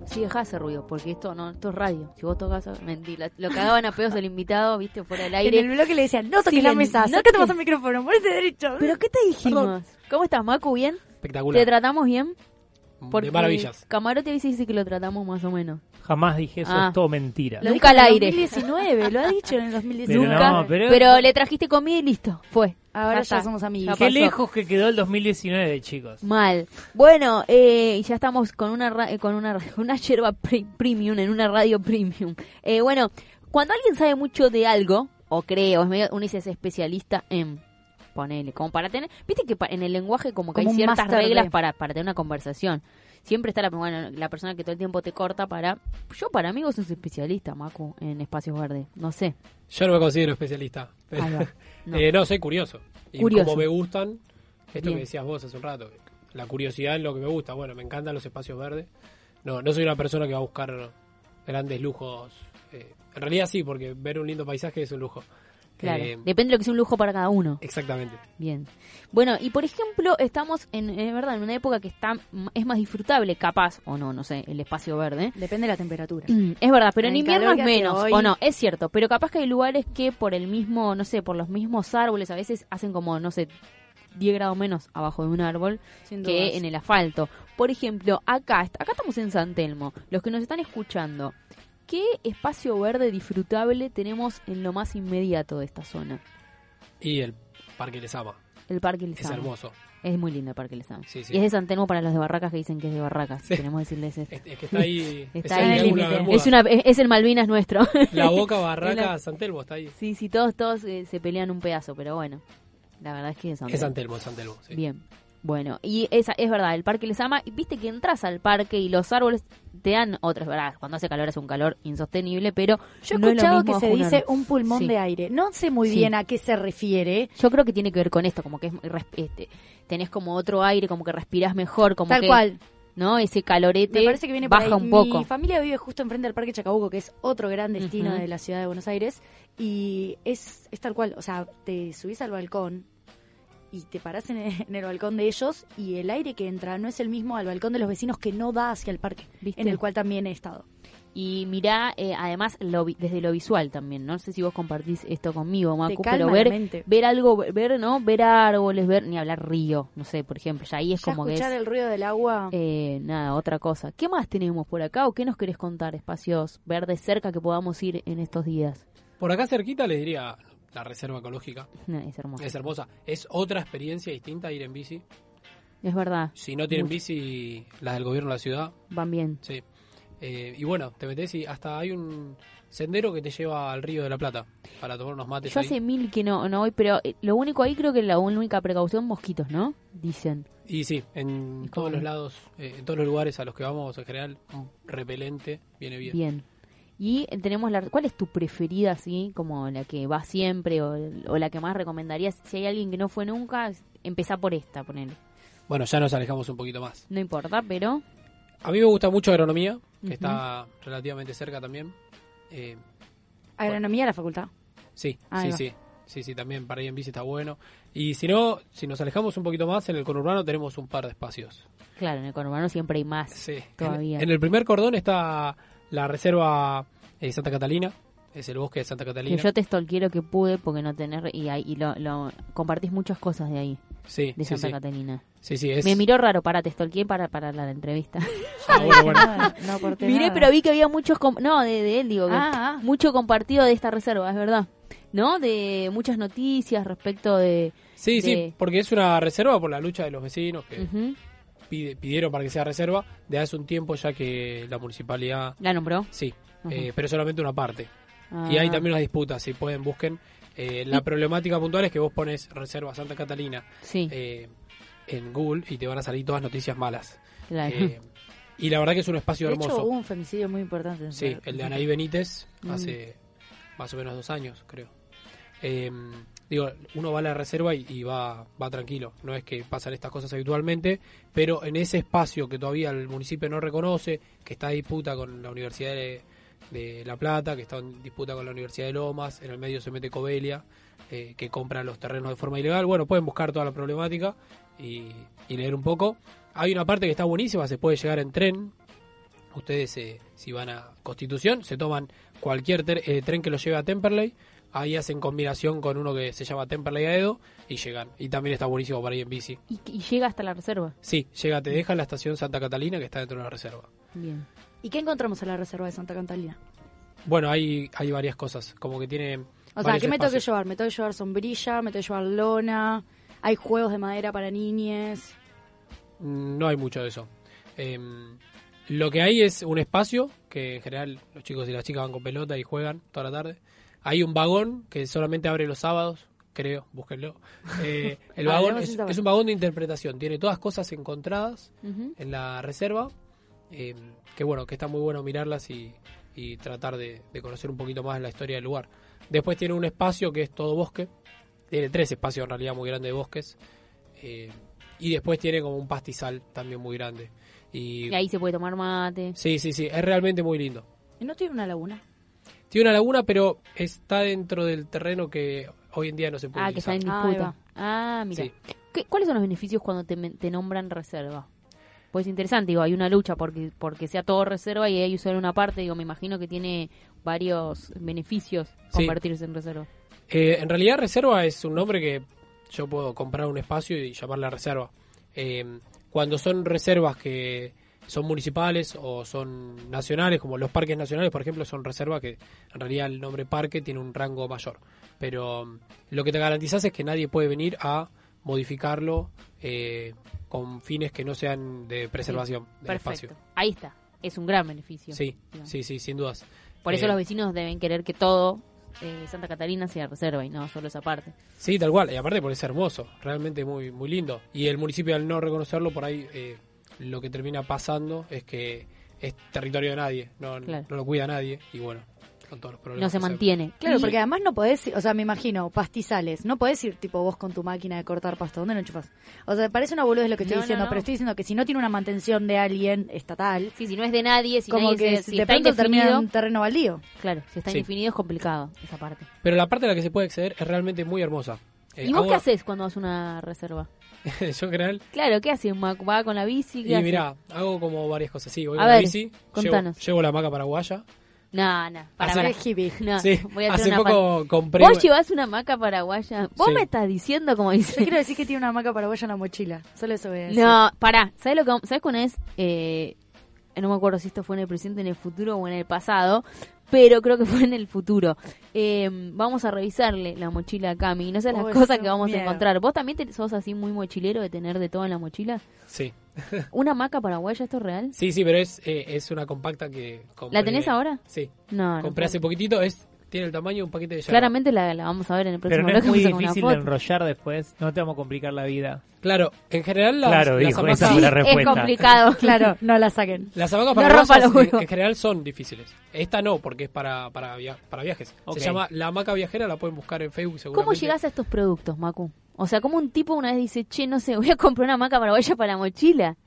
C: Sí, dejá ese ruido, porque esto no, esto es radio. Si vos tocás, mentí, la- lo cagaban a pedos el invitado, viste, fuera del aire.
D: En el bloque le decían, no toques
C: Sí,
D: la
C: en-
D: mesa,
C: no
D: no te
C: toques-
D: más el micrófono, ponete derecho.
C: ¿Pero qué te dijimos? ¿Cómo estás, Macu? ¿Bien? ¿Te
F: Espectacular.
C: tratamos bien? Porque
F: De maravillas.
C: Camarote dice, dice que lo tratamos más o menos.
E: Jamás dije eso,
C: Ah.
E: es todo mentira.
C: Lo- Nunca al aire.
D: En 2019, lo ha dicho en el 2019.
E: Pero
C: Nunca.
E: no, pero-
C: le trajiste comida y listo, fue.
D: Ahora
C: está.
D: ya somos amigos.
C: Ya
E: Qué
C: pasó.
E: lejos que quedó el 2019, chicos.
C: Mal. Bueno, eh, ya estamos con una ra- eh, con una, ra- una yerba pre- premium en una radio premium. Eh, bueno, cuando alguien sabe mucho de algo, o creo, es medio, uno dice es especialista en ponele, como para tener, viste que pa- en el lenguaje como que
D: Como
C: hay
D: un
C: ciertas
D: máster de-
C: reglas para, para tener una conversación. Siempre está la, bueno, la persona que todo el tiempo te corta para... Yo para mí vos sos especialista, Macu, en espacios verdes. No sé.
F: Yo no me considero especialista. pero-
C: Ahí va. No.
F: Eh, no, soy curioso. Y
C: Curioso.
F: como me gustan, esto
C: Bien.
F: que decías vos hace un rato, la curiosidad es lo que me gusta. Bueno, me encantan los espacios verdes. No, no soy una persona que va a buscar grandes lujos. Eh, en realidad sí, porque ver un lindo paisaje es un lujo.
C: Claro.
F: Eh,
C: Depende de lo que sea un lujo para cada uno.
F: exactamente.
C: Bien. Bueno, y por ejemplo, estamos en, es verdad, en una época que está m- es más disfrutable, capaz, o no, no sé, el espacio verde.
D: Depende de la temperatura.
C: Mm, Es verdad, pero en
D: El
C: invierno
D: calor
C: es
D: que hace
C: menos,
D: hoy.
C: o no, es cierto, pero capaz que hay lugares que por el mismo, no sé, por los mismos árboles, a veces hacen como, no sé, 10 grados menos abajo de un árbol
D: Sin dudas.
C: que en el asfalto. Por ejemplo, acá, est- acá estamos en San Telmo, los que nos están escuchando, ¿qué espacio verde disfrutable tenemos en lo más inmediato de esta zona?
F: Y el parque les ama.
C: El Parque
F: Es
C: Lizama.
F: hermoso.
C: Es muy lindo el Parque Lesama.
F: Sí, sí.
C: Y es de San Telmo para los de Barracas que dicen que es de Barracas. Queremos decirles esto.
F: Es, es que está ahí.
C: Está
F: es
C: ahí en el
F: el triángulo
D: límite.
F: de Bermuda.
C: Es, una, es, es el Malvinas nuestro.
F: La boca
C: Es
F: barraca
C: la-
F: San Telmo está ahí.
C: sí, sí, todos, todos eh, se pelean un pedazo, pero bueno. La verdad es que es San
F: Es San
C: Telmo.
F: Telmo, es San Telmo. sí.
C: Bien. Bueno, y esa, es verdad, el Parque Lesama, y viste que entras al parque y los árboles te dan otras, ¿verdad? Cuando hace calor hace un calor insostenible, pero
D: Yo he
C: no es lo
D: escuchado que
C: mismo
D: se
C: bajo un
D: dice
C: árbol.
D: un pulmón
C: Sí.
D: de aire. No sé muy
C: Sí.
D: bien a qué se refiere.
C: Yo creo que tiene que ver con esto, como que es, res- este, tenés como otro aire, como que respirás mejor, como
D: Tal
C: que,
D: cual.
C: ¿no? Ese calorete
D: Me parece que viene por
C: baja
D: ahí.
C: un poco.
D: Mi familia vive justo enfrente del Parque Chacabuco, que es otro gran destino
C: Ujú.
D: de la ciudad de Buenos Aires. Y es, es tal cual. O sea, te subís al balcón y te parás en el, en el balcón de ellos y el aire que entra no es el mismo al balcón de los vecinos que no da hacia el parque,
C: ¿Viste?
D: en el cual también he estado.
C: Y mirá, eh, además, lo vi- desde lo visual también. ¿no? sé si vos compartís esto conmigo, Macu,
D: calma
C: pero
D: la
C: ver,
D: mente.
C: ver algo, ver, ¿no? Ver árboles, ver, ni hablar río, no sé, por ejemplo. Ya ahí es
D: Ya
C: como que es,
D: escuchar el ruido del agua.
C: eh, nada, otra cosa. ¿Qué más tenemos por acá o qué nos querés contar? Espacios verdes cerca que podamos ir en estos días.
F: Por acá cerquita les diría la reserva ecológica.
C: No, es hermoso.
F: Es
C: Es,
F: hermosa. Es otra experiencia distinta ir en bici.
C: verdad,
F: Si no tienen
C: Mucho.
F: bici, las del gobierno de la ciudad,
C: van bien.
F: sí. Eh, y bueno, te metes y hasta hay un sendero que te lleva al río de la Plata para tomar unos mates.
C: Yo
F: ahí.
C: hace mil que no, no voy, pero eh, lo único ahí creo que la única precaución, mosquitos, ¿no? Dicen.
F: Y sí, en
C: ¿Y cómo?
F: todos los lados, eh, en todos los lugares a los que vamos en general, un repelente viene bien.
C: Bien. Y tenemos la... ¿Cuál es tu preferida, así? Como la que va siempre o, o la que más recomendarías. Si hay alguien que no fue nunca, empezá por esta, ponele.
F: Bueno, ya nos alejamos un poquito más.
C: No importa, pero...
F: A mí me gusta mucho agronomía, que
C: Ujú.
F: está relativamente cerca también. Eh,
D: Agronomía de la facultad.
F: Sí,
D: Ahí
F: sí,
D: va.
F: sí. Sí, sí, también para ir en bici está bueno. Y si no, si nos alejamos un poquito más, en el conurbano tenemos un par de espacios.
C: Claro, en el conurbano siempre hay más.
F: Sí.
C: Todavía.
F: En, en el primer cordón está la reserva eh, Santa Catalina, es el bosque de Santa
C: Que
F: Catalina.
C: yo te stalkeo que pude porque no tener... Y, ahí- y lo, lo- compartís muchas cosas de ahí,
F: sí,
C: de
F: sí,
C: Santa
F: sí.
C: Catalina.
F: sí, sí, es-
C: Me miró raro, para, te stalkeé para, para la entrevista.
F: Ah, bueno, bueno.
D: Nada, no aporté
C: Miré,
D: nada.
C: pero vi que había muchos... com- No, de, de él, digo. que-
D: Ah, ah.
C: Mucho compartido de esta reserva, es verdad. ¿No? De muchas noticias respecto de...
F: Sí,
C: de-
F: sí, porque es una reserva por la lucha de los vecinos que
C: Ujú.
F: pide- pidieron para que sea reserva de hace un tiempo ya que la municipalidad...
C: La nombró.
F: Sí,
C: Ujú.
F: eh, pero solamente una parte. Y hay
C: Ah,
F: también unas disputas, si pueden, busquen. Eh, la problemática puntual es que vos pones Reserva Santa Catalina
C: Sí,
F: eh, en Google y te van a salir todas noticias malas.
C: claro.
F: Eh, y la verdad que es un espacio
D: De hecho, hubo
F: hermoso.
D: un femicidio muy importante. en
F: Sí,
D: Cerro.
F: el de Anaí Benítez
C: Mm.
F: hace más o menos dos años, creo. Eh, digo, uno va a la reserva y, y va, va tranquilo. No es que pasan estas cosas habitualmente, pero en ese espacio que todavía el municipio no reconoce, que está en disputa con la Universidad de, de La Plata, que está en disputa con la Universidad de Lomas, en el medio se mete Cobelia, eh, que compra los terrenos de forma ilegal. Bueno, pueden buscar toda la problemática y, y leer un poco. Hay una parte que está buenísima, se puede llegar en tren ustedes eh, si van a Constitución, se toman cualquier ter- eh, tren que los lleve a Temperley, ahí hacen combinación con uno que se llama Temperley a Edo y llegan. Y también está buenísimo para ir en bici.
C: Y, y llega hasta la reserva.
F: Sí, llega, te deja en la estación Santa Catalina que está dentro de la reserva.
C: Bien.
D: ¿Y qué encontramos en la reserva de Santa Catalina?
F: Bueno, hay, hay varias cosas, como que tiene...
D: O sea,
F: varios
D: ¿qué me tengo que
F: espacios.
D: llevar? Me tengo que llevar sombrilla, me tengo que llevar lona, hay juegos de madera para niñes.
F: No hay mucho de eso. Em, lo que hay es un espacio que en general los chicos y las chicas van con pelota y juegan toda la tarde. Hay un vagón que solamente abre los sábados, creo, búsquenlo. Eh, el vagón
D: Hablemos
F: es,
D: sin saber.
F: es un vagón de interpretación, tiene todas cosas encontradas
C: Ujú.
F: en la reserva. em, que bueno, que está muy bueno mirarlas y, y tratar de, de conocer un poquito más la historia del lugar. Después tiene un espacio que es todo bosque. Tiene tres espacios en realidad muy grandes de bosques. eh, y después tiene como un pastizal también muy grande. Y,
C: Y ahí se puede tomar mate.
F: sí, sí, sí, es realmente muy lindo.
D: Y No tiene una laguna.
F: Tiene una laguna, pero está dentro del terreno que hoy en día no se puede
C: Ah, que está
F: utilizar.
C: en
D: Ah,
C: disputa. Ah, mira.
F: Sí.
C: ¿Qué- ¿Cuáles son los beneficios cuando te, men- te nombran reserva? Pues es interesante, digo, hay una lucha porque porque sea todo reserva y hay usar una parte, digo, me imagino que tiene varios beneficios
F: Sí.
C: convertirse en reserva.
F: Eh, en realidad reserva es un nombre que yo puedo comprar un espacio y llamarla reserva. Eh, cuando son reservas que son municipales o son nacionales, como los parques nacionales, por ejemplo, son reservas que en realidad el nombre parque tiene un rango mayor. Pero mm, lo que te garantizas es que nadie puede venir a modificarlo eh, con fines que no sean de preservación del
C: Perfecto.
F: espacio.
C: Ahí está. Es un gran beneficio.
F: Sí,
C: Bien.
F: sí, sí, sin dudas.
C: Por eso
F: Eh,
C: los vecinos deben querer que todo eh, Santa Catalina sea reserva y no solo esa parte.
F: Sí, tal cual. Y aparte por es hermoso, realmente muy, muy lindo. Y el municipio al no reconocerlo por ahí, eh, lo que termina pasando es que es territorio de nadie, no,
C: Claro.
F: no lo cuida nadie y bueno, con todos los problemas.
C: No se
F: que hay.
C: mantiene.
D: Claro,
C: Y-
D: porque además no podés, ir- o sea, me imagino, pastizales, no podés ir tipo vos con tu máquina de cortar pasto, ¿dónde lo enchufás? O sea, parece una boludez lo que estoy
C: No, no,
D: diciendo,
C: no.
D: pero estoy diciendo que si no tiene una mantención de alguien estatal,
C: Sí, si no es de nadie, si,
D: como
C: nadie
D: que
C: se- si
D: de
C: está
D: pronto termina en
C: indefinido,
D: un terreno baldío.
C: claro, si está
F: Sí.
C: indefinido es complicado esa parte.
F: Pero la parte a la que se puede acceder es realmente muy hermosa. Eh,
C: ¿Y vos
F: hago-
C: qué haces cuando haces una reserva?
F: yo en general,
C: Claro, ¿qué haces? Mac? ¿Va con la bici? ¿Qué
F: y
C: hace?
F: mirá, hago como varias cosas. Sí, voy
C: A
F: con la
C: ver,
F: bici, llevo,
C: contanos.
F: llevo la maca paraguaya.
C: No, no, para,
F: Hace-
C: para.
D: Qué hippie.
C: No,
F: sí,
C: voy a hacer
F: hace
C: una fan-
F: poco compré...
C: Vos llevás una maca paraguaya. Vos
F: Sí.
C: me estás diciendo como
D: Yo
C: dice.
D: quiero decir que tiene una hamaca paraguaya en la mochila, solo eso voy a decir.
C: No, pará. ¿Sabes lo que sabes cuál es? Eh, no me acuerdo si esto fue en el presente, en el futuro o en el pasado, pero creo que fue en el futuro. Eh, vamos a revisarle la mochila a Cami. No sé las
D: Uy,
C: cosas
D: qué
C: que vamos
D: miedo.
C: a encontrar. ¿Vos también te- sos así muy mochilero de tener de todo en la mochila?
F: Sí,
C: ¿Una maca paraguaya esto es real?
F: sí, sí, pero es, eh, es una compacta que... compré-
C: ¿La tenés ahora?
F: Sí,
C: No, no.
F: compré hace poquitito, es tiene el tamaño de un paquete de yerba.
C: Claramente la, la vamos a ver en el
E: Pero
C: próximo
E: no es muy
C: bloque, vamos a sacar
E: difícil de
C: una foto.
E: enrollar después. No te vamos a complicar la vida.
F: Claro, en general las,
E: Claro,
F: las
E: dijo,
F: hamacas-
E: esa fue la
C: Es
E: respuesta.
C: complicado.
D: Claro, no la saquen.
F: las
C: No
F: hamacas paraguayas
C: rompa los
F: en- en,
C: huevos.
F: general son difíciles. Esta no, porque es para, para, via- para viajes.
E: Ok.
F: Se llama La Hamaca Viajera, la pueden buscar en Facebook seguramente.
C: ¿Cómo llegás a estos productos, Macu? O sea, como un tipo una vez dice, che, no sé, voy a comprar una maca paraguaya para la mochila.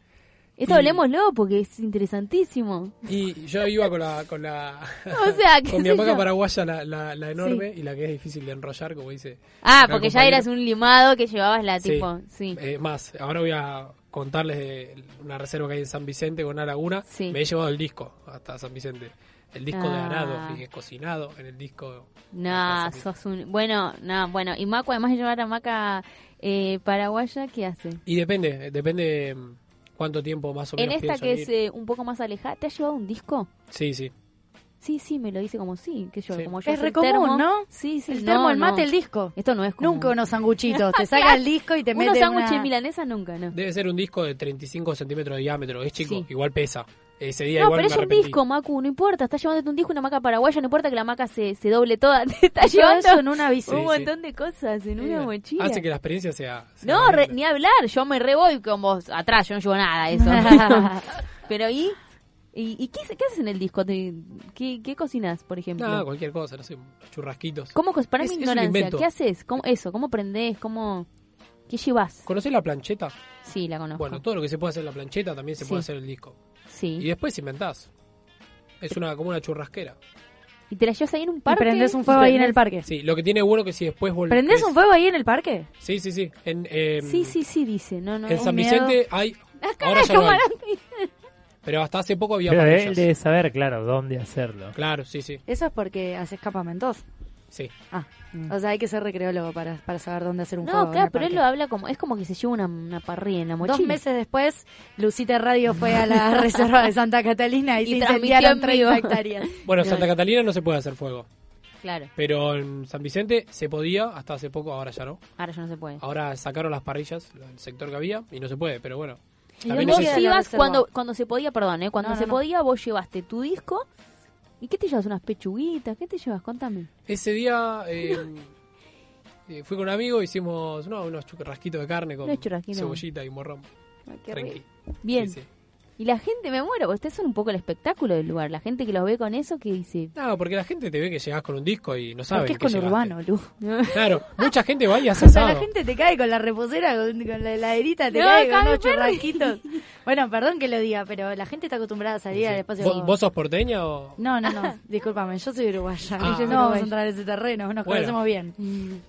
C: Esto
F: Y-
C: hablemoslo porque es interesantísimo.
F: Y yo iba con la... Con la...
C: O sea, qué
F: Con mi
C: sé
F: hamaca
C: yo.
F: paraguaya, la, la, la enorme y la que es difícil de enrollar, como dice.
C: Ah,
F: acá el
C: porque ya
F: compañero.
C: eras un limado que llevabas la
F: Sí.
C: tipo, sí.
F: Eh, más, ahora voy a contarles de una reserva que hay en San Vicente con una laguna.
C: Sí.
F: Me he llevado el disco hasta San Vicente. El disco de
C: Ah.
F: arado, que es cocinado en el disco.
C: No, sos un... Bueno, no, bueno. Y Macu, además de llevar a maca eh, paraguaya, ¿qué hace?
F: Y depende, eh, depende mm, cuánto tiempo más o
C: En
F: menos.
C: esta
F: pienso
C: que
F: ir.
C: es eh, un poco más alejada, ¿te has llevado un disco?
F: Sí, sí.
C: Sí, sí, me lo dice como sí, que yo,
F: Sí.
C: como yo
D: Es
C: soy
D: re común,
C: termo.
D: ¿no?
C: Sí, sí,
D: el
C: no,
D: termo, el mate,
C: no.
D: el disco.
C: Esto no es común.
D: Nunca unos sanguchitos. Te saca el disco y te
C: Unos
D: mete
C: sándwiches
D: una...
C: milanesa nunca, no.
F: Debe ser un disco de 35 centímetros de diámetro. Es chico,
C: Sí.
F: igual pesa. Ese día
C: No,
F: igual
C: pero
F: me
C: es un
F: arrepentí.
C: disco, Macu, no importa. Estás llevándote un disco, una maca paraguaya, no importa que la maca se, se doble toda. Te estás
D: Yo eso en
C: llevando
D: una bici.
F: Sí,
C: un
F: sí.
C: montón de cosas en una
F: Sí,
C: mochila.
F: Eh, Hace que la experiencia sea. sea
C: No, re-
F: linda.
C: ni hablar. Yo me re voy con vos atrás. Yo no llevo nada de eso. pero ¿y? ¿Y, y qué, qué haces en el disco? ¿Te- ¿Qué, qué cocinas, por ejemplo?
F: Nada, cualquier cosa, no sé, los churrasquitos.
C: ¿Cómo co- para
F: Es-
C: mi
F: es un
C: ignorancia,
F: invento.
C: ¿qué haces? ¿Cómo, eso, ¿cómo prendés? ¿Cómo, ¿Qué llevas?
F: ¿Conocés la plancheta?
C: Sí, la conozco.
F: Bueno, todo lo que se puede hacer en la plancheta también se
C: Sí.
F: puede hacer en el disco. Y
C: sí.
F: después inventás. Es una como una churrasquera.
C: ¿Y te la llevas ahí en un
D: Y
C: parque?
D: prendés un fuego ahí en el parque.
F: Sí, lo que tiene bueno que si después volvés.
D: ¿Prendés un fuego ahí en el parque?
F: Sí, sí, sí. En, eh,
C: Sí, sí, sí, dice. No, no.
F: en San
D: miedo. Ah,
F: Vicente hay. Ahora ya no hay. Pero hasta hace poco había
E: Pero él
F: parrillas.
E: debe saber, claro, dónde hacerlo.
F: Claro, sí, sí,
D: Eso es porque haces campamentos.
F: sí.
D: Ah, o sea, hay que ser recreólogo para, para saber dónde hacer un
C: Mm.
D: juego.
C: No,
D: en
C: claro,
D: el
C: pero él
D: parque.
C: lo habla como. Es como que se lleva una, una parrilla en la mochila.
D: Dos meses después, Lucita Radio fue a la reserva de Santa Catalina y,
C: Y
D: se
C: transmitió
D: incendiaron
C: en vivo.
D: 30 hectáreas.
F: Bueno, Santa Catalina no se puede hacer fuego,
C: Claro,
F: pero en San Vicente se podía hasta hace poco, ahora ya no.
C: ahora ya no se puede.
F: Ahora sacaron las parrillas, el sector que había, y no se puede, pero bueno.
D: Y
F: También
D: vos
C: Vos
F: es
D: queda
F: eso.
D: la
C: ibas
D: reserva.
C: cuando, cuando se podía, perdón, ¿eh? cuando
D: No, no,
C: se
D: no.
C: podía vos llevaste tu disco. ¿Y qué te llevas? ¿Unas pechuguitas? ¿Qué te llevas? Contame.
F: Ese día eh, eh, fui con un amigo, hicimos no, unos churrasquitos de carne con
C: Unos churrasquitos.
F: cebollita y morrón. Tranqui.
C: Bien.
F: Sí, sí.
C: Y la gente me muero, porque ustedes son un poco el espectáculo del lugar. La gente que los ve con eso, que dice?
F: No, porque la gente te ve que llegás con un disco y no sabe.
D: Porque es con urbano, Lu.
F: Claro, mucha gente va y hace
D: O sea, la
F: asado.
D: gente te cae con la reposera, con, con la heladerita, te
C: No,
D: cae con
C: cae
D: unos
C: Perry.
D: churrasquitos. Bueno, perdón que lo diga, pero la gente está acostumbrada a salir al espacio.
F: ¿Vos, vos sos porteña o...?
D: No, no, no, discúlpame, yo soy uruguaya.
F: Ah.
D: no vamos a entrar en ese terreno, nos
F: Bueno.
D: conocemos bien.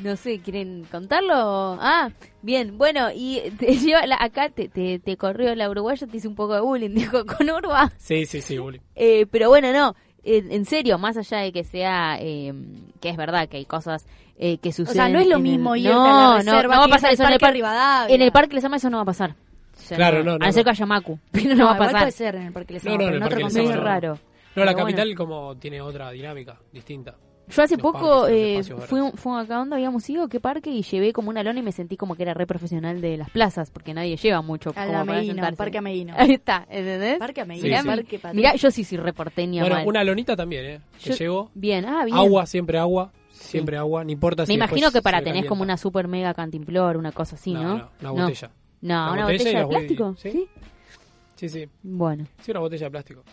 C: No sé, ¿quieren contarlo? Ah, bien, bueno, y te lleva la- acá te, te, te corrió la uruguaya, te hizo un poco de bullying, dijo, con Urba.
F: Sí, sí, sí, Uli.
C: Eh, pero bueno, no, en, en serio, más allá de que sea, eh, que es verdad que hay cosas eh, que
D: O
C: suceden.
D: sea, no es lo
C: en el-
D: mismo irte
C: no,
D: a la reserva
C: no, no va a
D: que irte
C: pasar
D: al
C: eso en el
D: parque
C: parque.
D: Rivadavia.
C: En el parque Les eso no va a pasar. O sea,
F: Claro, no, no,
C: A no ser
F: no.
C: que haya Macu, pero no, va a
D: igual
C: pasar.
D: puede ser en el Parque Les
F: No,
D: Amo,
F: no, en
D: pero
F: el
D: no te
F: Parque
D: lo
F: Les
C: Medio
F: Amo,
D: considero.
F: no.
C: raro.
F: No, la
C: Pero bueno.
F: capital como tiene otra dinámica, distinta.
C: Yo hace
F: Los
C: poco
F: parques, los
C: eh,
F: espacios
C: fui, fui acá onda, habíamos ido, qué parque, y llevé como una lona y me sentí como que era re profesional de las plazas, porque nadie lleva mucho
D: Al
C: como para
D: Ameíno,
C: sentarse.
D: Parque Ameíno.
C: Ahí está, ¿entendés?
D: Parque Ameíno,
F: Sí, sí.
D: Parque Patria.
C: Mirá, yo sí soy reporteña
F: bueno,
C: mal.
F: una lonita también, ¿eh? Que
C: Yo-
F: llegó.
C: Bien, ah, bien.
F: Agua, siempre agua. Siempre agua, no importa si
C: Me
F: después
C: imagino que para
F: se
C: tenés como
F: calienta.
C: una super mega cantimplor, una cosa así, ¿no?
F: No, no, una botella.
C: No,
F: Una
C: una
F: botella y
C: botella de
F: los Wheaties,
C: plástico.
F: ¿sí?
C: ¿Sí?
F: Sí, sí.
C: Bueno.
F: Sí, una botella de plástico.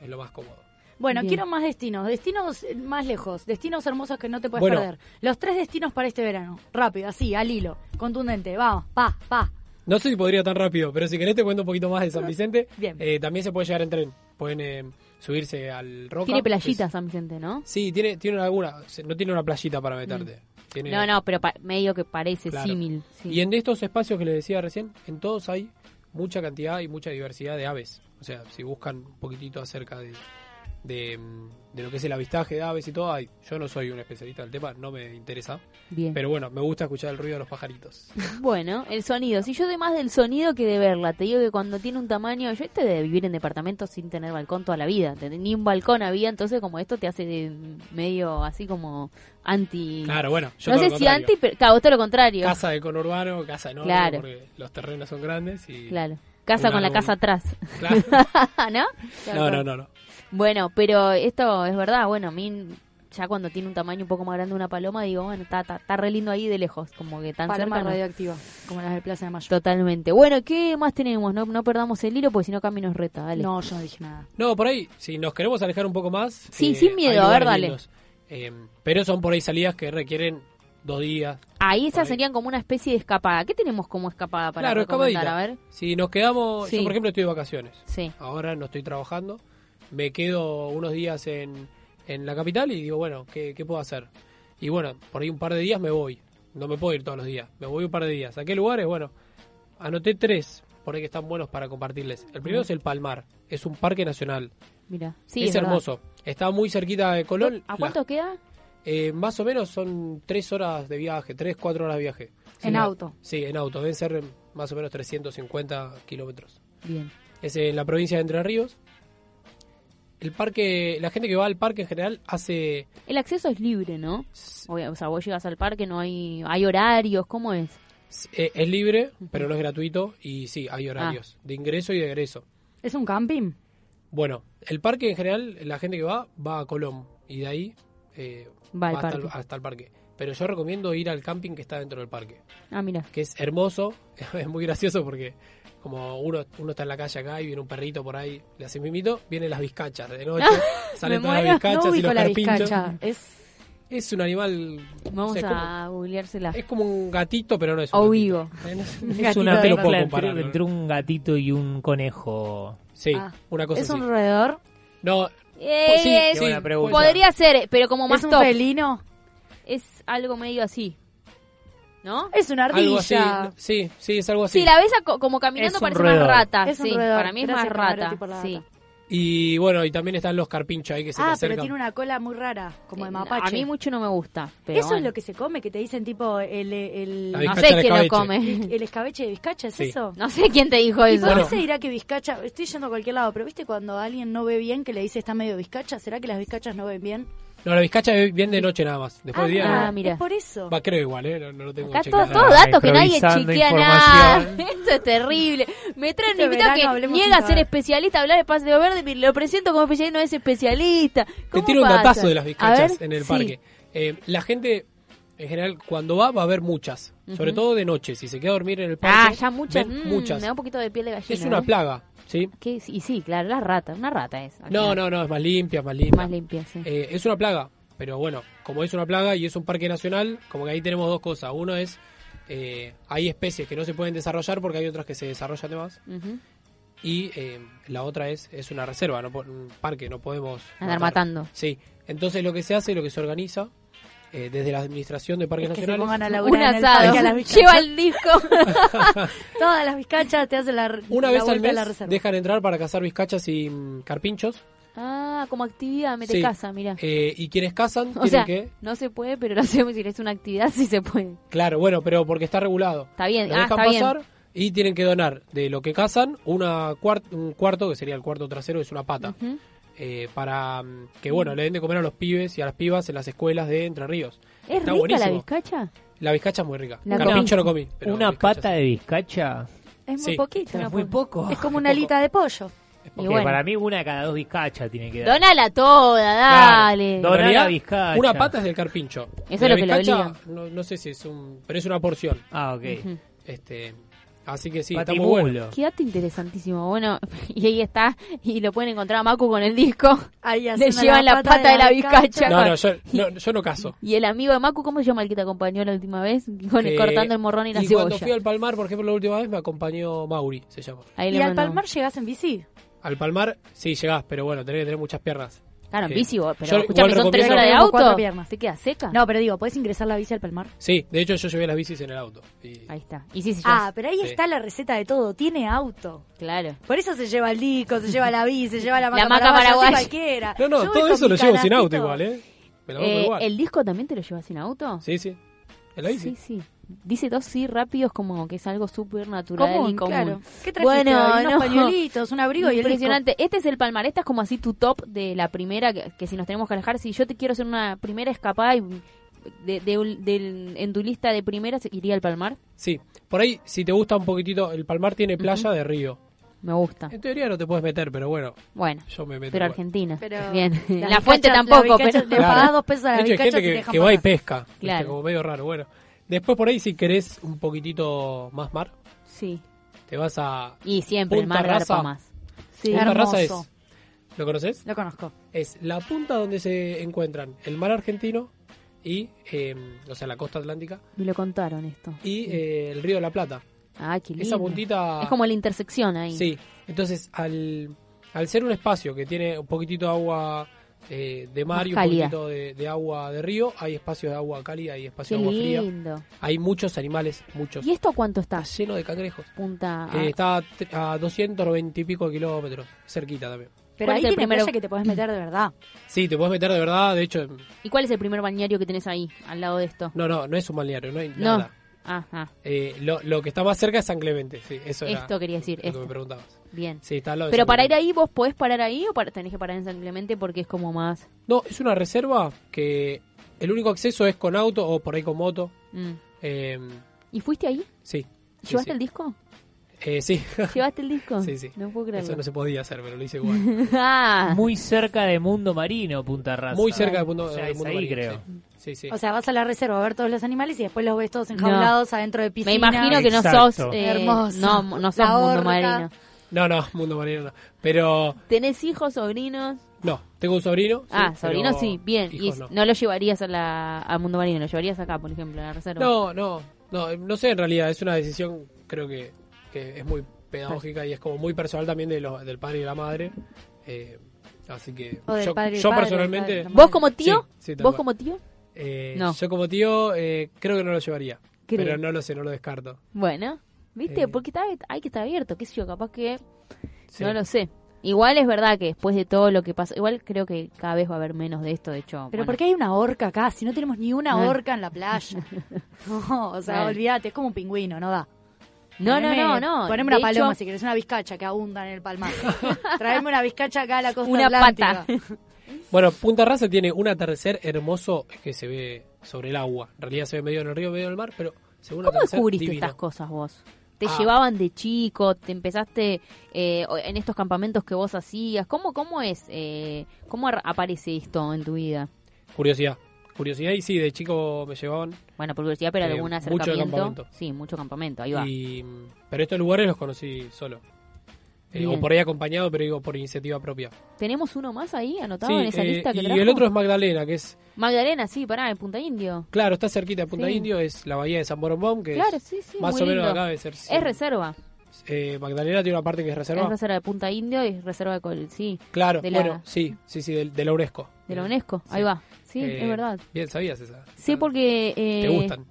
F: Es lo más cómodo.
D: Bueno,
C: Bien.
D: quiero más destinos, destinos eh, más lejos, destinos hermosos que no te puedes
F: Bueno.
D: perder. Los tres destinos para este verano, rápido, así, al hilo, contundente, vamos, pa, pa.
F: No sé si podría tan rápido, pero si querés te cuento un poquito más de San Vicente.
D: Bien.
F: Eh, también se puede llegar en tren. Pueden eh, subirse al Roca.
C: Tiene
F: playitas
C: playitas San Vicente, ¿no?
F: Sí, tiene, tiene alguna. se- No tiene una playita para meterte. Tiene-
C: Mm. No, no, pero pa- medio que parece
F: Claro.
C: símil. sí.
F: Y en estos espacios que les decía recién, en todos hay mucha cantidad y mucha diversidad de aves. O sea, si buscan un poquitito acerca de, de, mm, de lo que es el avistaje de aves y todo, hay. Yo no soy un especialista del tema, no me interesa.
C: Bien.
F: Pero bueno, me gusta escuchar el ruido de los pajaritos.
C: Bueno, el sonido. Si yo doy más del sonido que de verla, te digo que cuando tiene un tamaño, yo este de vivir en departamentos sin tener balcón toda la vida, ¿entendés? ni un balcón había, entonces como esto te hace de- medio así como anti...
F: Claro, bueno. Yo
C: no
F: todo
C: sé
F: lo
C: si
F: contrario.
C: anti, pero claro, todo lo contrario.
F: Casa de conurbano, casa enorme,
C: Claro.
F: porque los terrenos son grandes y...
C: Claro. Casa
F: Un
C: con la
F: árbol.
C: casa atrás,
F: Claro.
C: ¿no?
F: No, no, no, no.
C: Bueno, pero esto es verdad, bueno, a mí ya cuando tiene un tamaño un poco más grande una paloma, digo, bueno, está, está, está re lindo ahí de lejos, como que tan
D: Paloma
C: cerca no.
D: radioactiva, como las de Plaza de Mayo.
C: Totalmente. Bueno, ¿qué más tenemos? No, no perdamos el hilo porque si no Cami nos reta, dale.
D: No, yo no dije nada.
F: No, por ahí, si nos queremos alejar un poco más... eh,
C: Sí, sin miedo,
F: hay
C: a ver,
F: lugares
C: dale.
F: lindos. Eh, pero son por ahí salidas que requieren dos días.
C: Ahí esas
F: Por ahí.
C: serían como una especie de escapada. ¿Qué tenemos como escapada para
F: claro,
C: recomendar?
F: escapadita.
C: A ver.
F: Si nos quedamos...
C: Sí.
F: Yo, por ejemplo, estoy de vacaciones.
C: Sí.
F: Ahora no estoy trabajando. Me quedo unos días en, en la capital y digo, bueno, ¿qué, ¿qué puedo hacer? Y bueno, por ahí un par de días me voy. No me puedo ir todos los días. Me voy un par de días. ¿A qué lugares? Bueno, anoté tres por ahí que están buenos para compartirles. El primero es el Palmar. Es un parque nacional.
C: Mira. Sí,
F: es,
C: verdad.
F: hermoso. Está muy cerquita de Colón.
C: ¿A
F: La-
C: cuánto queda?
F: eh, más o menos son tres horas de viaje, tres, cuatro horas de viaje.
D: En
F: la-
D: auto.
F: Sí, en auto. Deben ser más o menos 350 kilómetros
C: Bien.
F: es en la provincia de Entre Ríos. El parque, la gente que va al parque en general hace
C: El acceso es libre, ¿no? Obvia- O sea, vos llegas al parque, no hay hay horarios, ¿cómo es?
F: eh, es libre, pero no es gratuito y sí, hay
C: Ah.
F: horarios de ingreso y de egreso.
D: ¿Es un camping?
F: Bueno, el parque en general, la gente que va va a Colón y de ahí eh,
C: Va al
F: hasta,
C: parque.
F: El, hasta el parque. Pero yo recomiendo ir al camping que está dentro del parque,
C: Ah, mira.
F: que es hermoso, es muy gracioso porque como uno, uno está en la calle acá y viene un perrito por ahí, le hace mimito, vienen las bizcachas de noche, salen todas las
D: no
F: bizcachas y
D: ubico
F: los
D: la
F: carpinchos.
D: bizcacha. Es...
F: Es un animal. no
C: Vamos
F: sé, es como-
C: a googleársela.
F: Es como un gatito, pero no es un
C: O
F: gatito. Eh, no es-
E: Es
D: Gatito
E: una
D: de
F: no puedo
E: mezcla entre,
F: compararlo.
E: entre un gatito y un conejo.
F: Sí,
D: Ah.
F: una cosa
D: ¿Es un
F: así.
D: roedor?
F: No,
C: Eh,
F: sí,
C: es-
F: sí,
E: buena pregunta.
C: eh,
F: puede ser.
C: podría ser, pero como más
D: ¿Es un
C: top.
D: felino?
C: Es algo medio así. ¿no?
D: Es una
F: Algo así.
D: ardilla.
F: Sí, sí, es algo así.
C: Sí, la ves aco- como caminando
E: Es un
C: parece
E: roedor.
C: más rata.
D: Es un
C: sí,
D: roedor.
C: para mí es
D: Gracias,
C: más
D: Camaro,
C: rata.
D: tipo la
C: sí.
D: rata.
F: Y bueno, y también están los carpinchos ahí que se te
D: Ah,
F: acercan.
D: pero tiene una cola muy rara, como de
C: No,
D: mapache.
C: Eh, A mí mucho no me gusta. Pero
D: Eso es
C: bueno.
D: lo que se come, que te dicen tipo el, el,
F: La
D: el,
C: No
F: Bizcacha
C: sé
F: de
C: quién lo
F: escabeche.
C: come.
D: escabeche de Vizcacha, ¿es
F: Sí.
D: eso?
C: No sé quién te dijo
D: ¿Y
C: eso.
D: por qué
F: Bueno.
D: se dirá que Vizcacha? Estoy yendo a cualquier lado, pero viste cuando alguien no ve bien que le dice está medio Vizcacha, ¿será que las Vizcachas no ven bien?
F: No, la vizcacha viene de noche nada más. Después de día.
C: Ah,
D: es
F: no.
C: mira.
D: por eso.
F: Va, creo igual, ¿eh? No, no lo tengo
C: Acá
F: chequeado.
C: todos todos datos que nadie
E: Improvisando
C: chequea nada.
E: información.
C: Esto es terrible. Me traen un
D: Este
C: invitado
D: verano
C: que
D: hablemos
C: niega a
D: sin
C: ser
D: saber.
C: especialista, hablar de pase de verde, y lo presento como especialista, no es especialista.
F: Te
C: ¿Cómo
F: tiro un
C: pasa?
F: datazo de las
C: A
F: vizcachas
C: ver,
F: en el
C: sí.
F: parque. Eh, la gente, en general, cuando va, va a ver muchas. Sobre
C: Ujú.
F: todo de noche. Si se queda a dormir en el
C: Ah,
F: parque.
C: ya muchas.
F: ven
C: mm,
F: muchas.
C: Me da un poquito de piel de gallina.
F: Es una
C: ¿eh?
F: plaga, ¿sí?
C: ¿Qué? Y sí, claro, la rata. Una rata es. al
F: No,
C: final.
F: no, no, es más limpia, es más linda.
C: Más limpia, sí.
F: Eh, es una plaga, pero bueno, como es una plaga y es un parque nacional, como que ahí tenemos dos cosas. Uno es, eh, hay especies que no se pueden desarrollar porque hay otras que se desarrollan de más.
C: Ujú.
F: Y eh, la otra es, es una reserva, no po- un parque, no podemos...
C: Andar
F: matar.
C: matando.
F: Sí, entonces lo que se hace, lo que se organiza eh, desde la Administración de Parques
D: Es que se
F: Nacionales...
D: pongan a laburar
C: Un
D: en el parque
C: asado.
D: a las
C: Lleva
D: Vizcachas.
C: el disco.
D: Todas las Vizcachas te hacen la
F: Una
D: la
F: vez al
D: vuelta a la
F: mes
D: reserva.
F: dejan entrar para cazar vizcachas y mm, carpinchos.
C: ah, como actividad, me te
F: Sí.
C: casa, mira.
F: eh, y quienes cazan
C: o
F: tienen
C: sea,
F: que...
C: no se puede, pero lo hacemos decir, es una actividad, sí se puede.
F: Claro, bueno, pero porque está regulado.
C: Está bien,
F: Lo
C: ah,
F: dejan
C: está bien.
F: pasar y tienen que donar de lo que cazan una cuar- un cuarto, que sería el cuarto trasero, que es una pata.
C: Ujú.
F: eh, para mm, que, bueno, le den de comer a los pibes y a las pibas en las escuelas de Entre Ríos.
C: ¿Es rica
F: Está
C: la
F: buenísimo.
C: bizcacha?
F: La bizcacha es muy rica.
C: La
F: Carpincho
E: comí.
F: no comí. pero
E: una
F: bizcacha
E: pata
F: sí.
E: de bizcacha
D: Es muy
F: Sí.
D: poquito.
E: es muy poco.
D: Es como una alita de pollo.
F: Es
C: Y
E: Que
F: poquito.
C: bueno.
E: para mí una cada dos bizcachas tiene que dar.
C: Donala toda, dale.
E: Claro. Doná
F: En realidad,
E: la bizcacha.
F: Una pata es del carpincho.
C: es
F: De la
C: lo que lo
F: bizcacha,
C: obliga.
F: no, no sé si es un... Pero es una porción.
E: Ah, ok.
C: Ujú.
F: este Así que sí, está muy bueno.
E: Patimulo.
C: Qué dato interesantísimo. Bueno, y ahí está. Y lo pueden encontrar a Macu con el disco.
D: Ahí
C: Le
D: haciendo
C: llevan la pata de la bizcacha.
F: No, no, yo no, yo no cazo.
C: Y el amigo de Macu, ¿cómo se llama el que te acompañó la última vez? Con
F: Eh,
C: cortando el morrón y la
F: cuando
C: cebolla.
F: fui al Palmar, por ejemplo, la última vez me acompañó Mauri, se llama.
C: Ahí
D: Y
C: le
D: al
C: mandamos.
D: Palmar llegás en bici.
F: Al Palmar, sí, llegás, pero bueno, tenés que tener muchas piernas.
C: Claro, en
F: Eh,
C: bici, vos, pero
F: yo
C: escúchame,
F: igual
C: son tres
F: recomiendo-
C: horas de
D: Tengo cuatro
C: auto.
D: piernas.
C: ¿Te queda seca?
D: No, pero digo, ¿podés ingresar la bici al Palmar?
F: Sí, de hecho yo llevé las bicis en el auto. y-
C: Ahí está. Y sí, sí, yo-
D: Ah, pero ahí
F: Sí.
D: está la receta de todo. Tiene auto.
C: claro.
D: Por eso se lleva el disco, se lleva la bici, se lleva la maca,
C: maca
D: paraguaya,
C: paraguaya.
D: así cualquiera.
F: No, no,
D: Yo voy
F: todo
D: con
F: eso
D: mi
F: lo llevo sin auto
D: canastito.
F: igual, ¿eh? Me la banco
C: Eh,
F: igual.
C: ¿El disco también te lo llevas sin auto?
F: Sí, sí. En la bici.
C: sí, sí. Dice dos sí rápidos como que es algo súper natural
D: Común,
C: y común.
D: claro. ¿Qué trajiste?
C: Bueno,
D: Bueno, unos
C: no.
D: pañuelitos, un abrigo y el disco.
C: Impresionante. Este es el palmar. Esta es como así tu top de la primera, que, que si nos tenemos que alejar, si yo te quiero hacer una primera escapada y de, de un- del- en tu lista de primeras, iría al palmar.
F: Sí. Por ahí, si te gusta un poquitito, el Palmar tiene playa de río.
C: Me gusta.
F: En teoría no te puedes meter, pero bueno,
C: Bueno,
F: Eh, yo me meto.
C: pero
F: igual.
C: Argentina.
D: Pero
C: Bien. La,
D: bizcacha-
C: fuente
D: la
C: tampoco,
D: bizcacha
C: pero...
D: Le
F: Claro.
D: pagás dos pesos a la
F: De hecho, hay
D: bizcacha
F: gente
D: y te
F: que,
D: dejan
F: que va y
D: pasar.
F: pesca. ¿viste?
C: Claro.
F: Como medio raro, bueno. Después por ahí, si querés un poquitito más mar,
C: Sí.
F: te vas a...
C: Y siempre el
F: Punta
C: mar garpa
F: Raza.
C: más. Sí.
F: Punta
D: hermoso.
F: Raza es... ¿Lo conoces?
D: Lo conozco.
F: es la punta donde se encuentran el mar argentino y, eh, o sea, la costa atlántica
C: Me lo contaron esto.
F: y eh, el río de la Plata.
C: Ah, qué lindo.
F: Esa puntita...
C: Es como la intersección ahí.
F: Sí, entonces al, al ser un espacio que tiene un poquitito de agua eh, de mar
C: Más
F: y un
C: cálida.
F: poquitito de, de agua de río, hay espacios de agua cálida, hay
C: Qué
F: espacios de agua fría,
C: lindo.
F: hay muchos animales, muchos.
C: ¿Y esto a cuánto está?
F: Está lleno de cangrejos.
C: Punta.
F: Eh,
C: ah,
F: está a tre- a 290 y pico de kilómetros, cerquita también.
D: Pero
C: ¿Cuál
D: ahí
C: es el
D: tiene
C: primero?
D: playa que te podés meter de verdad.
F: Sí, te puedes meter de verdad, de hecho,
C: ¿Y cuál es el primer balneario que tenés ahí, al lado de esto?
F: no, no, no es un balneario, no hay
C: No.
F: nada.
C: Ajá,
F: Eh, lo, lo que está más cerca es San Clemente, sí, eso era
C: Esto quería decir,
F: lo
C: esto.
F: que me preguntabas.
C: bien.
F: Sí, está al lado de
C: Pero
F: San
C: para ir
F: Clemente.
C: ahí, ¿vos podés parar ahí o para- tenés que parar en San Clemente porque es como más...
F: No, es una reserva que el único acceso es con auto o por ahí con moto.
C: mm.
F: Eh,
C: ¿Y fuiste ahí?
F: sí.
C: ¿Llevaste el
F: sí,
C: disco?
F: sí. Eh, sí.
C: ¿Llevaste el disco?
F: Sí, sí.
C: No puedo
F: Eso
C: creerlo.
F: no se podía hacer, pero lo hice igual.
C: Ah,
E: Muy cerca de Mundo Marino, Punta Raza.
F: Muy cerca del mundo,
E: O sea,
F: del
E: es
F: mundo
E: ahí,
F: marino,
E: creo.
F: Sí, sí. sí.
D: O sea, vas a la reserva a ver todos los animales y después los ves todos enjaulados adentro de piscina.
C: me imagino que no
E: Exacto.
C: sos... eh,
D: Hermoso.
C: No, no sos
D: La
C: mundo
D: horca.
C: marino.
F: No, no, mundo marino no. Pero
C: ¿Tenés hijos, sobrinos?
F: no, tengo un sobrino. sí,
C: ah, sobrinos
F: pero
C: sí, bien. ¿Y
F: hijos
C: no.
F: no.
C: lo llevarías a, la, a mundo marino? ¿Lo llevarías acá, por ejemplo, a la reserva?
F: No, no, no, no sé en realidad, es una decisión creo que, que es muy pedagógica y es como muy personal también de los- del padre y la madre. eh, así que
D: O del
F: yo,
D: padre y
F: yo
D: padre,
F: personalmente,
D: del padre.
C: ¿Vos como tío?
F: Sí, sí, tal
C: ¿Vos
F: cual.
C: como tío?
F: eh,
C: No.
F: yo como tío eh, creo que no lo llevaría.
C: creo.
F: Pero no lo sé, no lo descarto.
C: Bueno, ¿viste?
F: Eh.
C: Porque está, hay que estar abierto, qué sé yo, capaz que...
F: Sí.
C: No lo sé. Igual es verdad que después de todo lo que pasa, igual creo que cada vez va a haber menos de esto, de hecho.
D: Pero
C: bueno.
D: ¿por qué hay una orca acá? Si no tenemos ni una
C: Eh.
D: orca en la playa. No, o sea,
C: Bueno.
D: olvídate, es como un pingüino, no da.
C: No, no,
D: Poneme-
C: no, no.
D: Poneme
C: De
D: una paloma
C: hecho,
D: si querés, una bizcacha que abunda en el palmar. Traeme una bizcacha acá a la costa
C: Una
D: atlántica.
C: pata.
F: Bueno, Punta Raza tiene un atardecer hermoso que se ve sobre el agua. En realidad se ve medio en el río, medio en el mar, pero según
C: ¿Cómo
F: atardecer
C: descubriste
F: divino.
C: estas cosas vos? ¿Te
F: Ah.
C: llevaban de chico? ¿Te empezaste eh, o- en estos campamentos que vos hacías? ¿Cómo, cómo es? eh, ¿Cómo ar- aparece esto en tu vida?
F: Curiosidad. Curiosidad y sí, de chico me llevaban.
C: Bueno, por curiosidad, pero
F: Eh,
C: algún
F: mucho de
C: acercamiento.
F: campamento.
C: Sí, mucho campamento, ahí va.
F: Y, pero estos lugares los conocí solo. Eh,
C: Bien.
F: o por ahí acompañado, pero digo por iniciativa propia.
C: ¿Tenemos uno más ahí anotado
F: Sí,
C: en esa
F: eh,
C: lista que
F: y
C: trajo?
F: el otro es Magdalena, que es,
C: Magdalena, sí, pará, en Punta Indio.
F: claro, está cerquita de Punta
C: Sí.
F: Indio, es la bahía de San Borombón, que
C: Claro,
F: es
C: sí, sí,
F: más
C: muy
F: o menos
C: lindo.
F: acá debe ser.
C: Es reserva.
F: eh, Magdalena tiene una parte que es reserva.
C: Es reserva de Punta Indio y reserva de Col, sí,
F: claro,
C: de la-
F: bueno, sí, sí, sí, del- de, la UNESCO.
C: de la UNESCO.
F: Eh, Sí.
C: Ahí va. Sí,
F: Eh,
C: es verdad.
F: Bien, sabías esa.
C: Sí, porque... Eh,
F: Te gustan.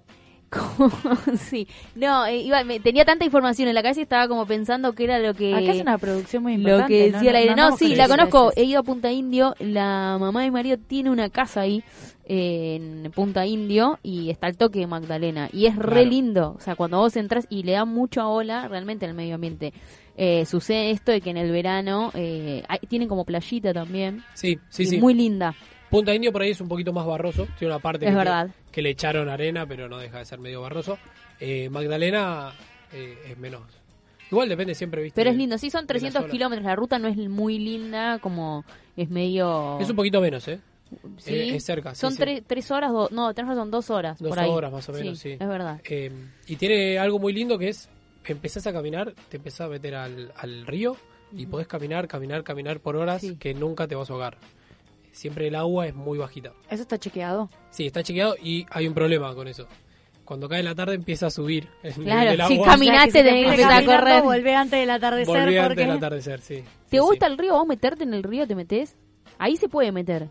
C: ¿Cómo? sí. No, eh, iba- me- tenía tanta información en la cabeza y estaba como pensando que era lo que...
D: Acá es una producción muy importante.
C: Eh, lo que decía el aire. No,
D: andamos
C: sí,
D: con
C: la
D: esas
C: conozco.
D: veces.
C: He ido a Punta Indio. La mamá de mi marido tiene una casa ahí eh, en Punta Indio y está el toque de Magdalena. Y es re
F: Claro.
C: lindo. O sea, cuando vos entras y le da mucha ola realmente al medio ambiente. Eh, sucede esto de que en el verano eh, hay- tienen como playita también.
F: Sí, sí,
C: y
F: sí.
C: Muy linda.
F: Punta Indio por ahí es un poquito más barroso. Tiene una parte
C: Es
F: que,
C: verdad.
F: que le echaron arena, pero no deja de ser medio barroso. Eh, Magdalena eh, es menos. Igual depende siempre, ¿viste?
C: Pero es lindo. Sí, son
F: Eh, de la
C: 300
F: sola.
C: kilómetros. La ruta no es muy linda, como es medio.
F: Es un poquito menos, ¿eh?
C: ¿sí?
F: eh, es cerca, sí,
C: Son
F: sí.
C: tre- tres horas, do- no, tres horas son dos horas.
F: Dos
C: por ahí.
F: horas más o menos, sí.
C: Es verdad.
F: Eh, y tiene algo muy lindo que es, empezás a caminar, te empezás a meter al, al río y podés caminar, caminar, caminar por horas
C: Sí.
F: que nunca te vas a ahogar. Siempre el agua es muy bajita.
D: Eso está chequeado.
F: Sí, está chequeado y hay un problema con eso. Cuando cae la tarde empieza a subir el nivel
C: Claro,
F: del
C: sí,
F: agua.
C: cami- Caminaste,
D: O sea, que si te
C: tenés Ah, que
D: fuiste
C: empezar a
D: caminando,
C: correr.
D: Volvé antes del atardecer
F: Volví antes
D: porque...
F: del atardecer, sí.
C: ¿Te
F: Sí,
C: gusta
F: sí.
C: el río? ¿Vos meterte en el río te metés? Ahí se puede meter.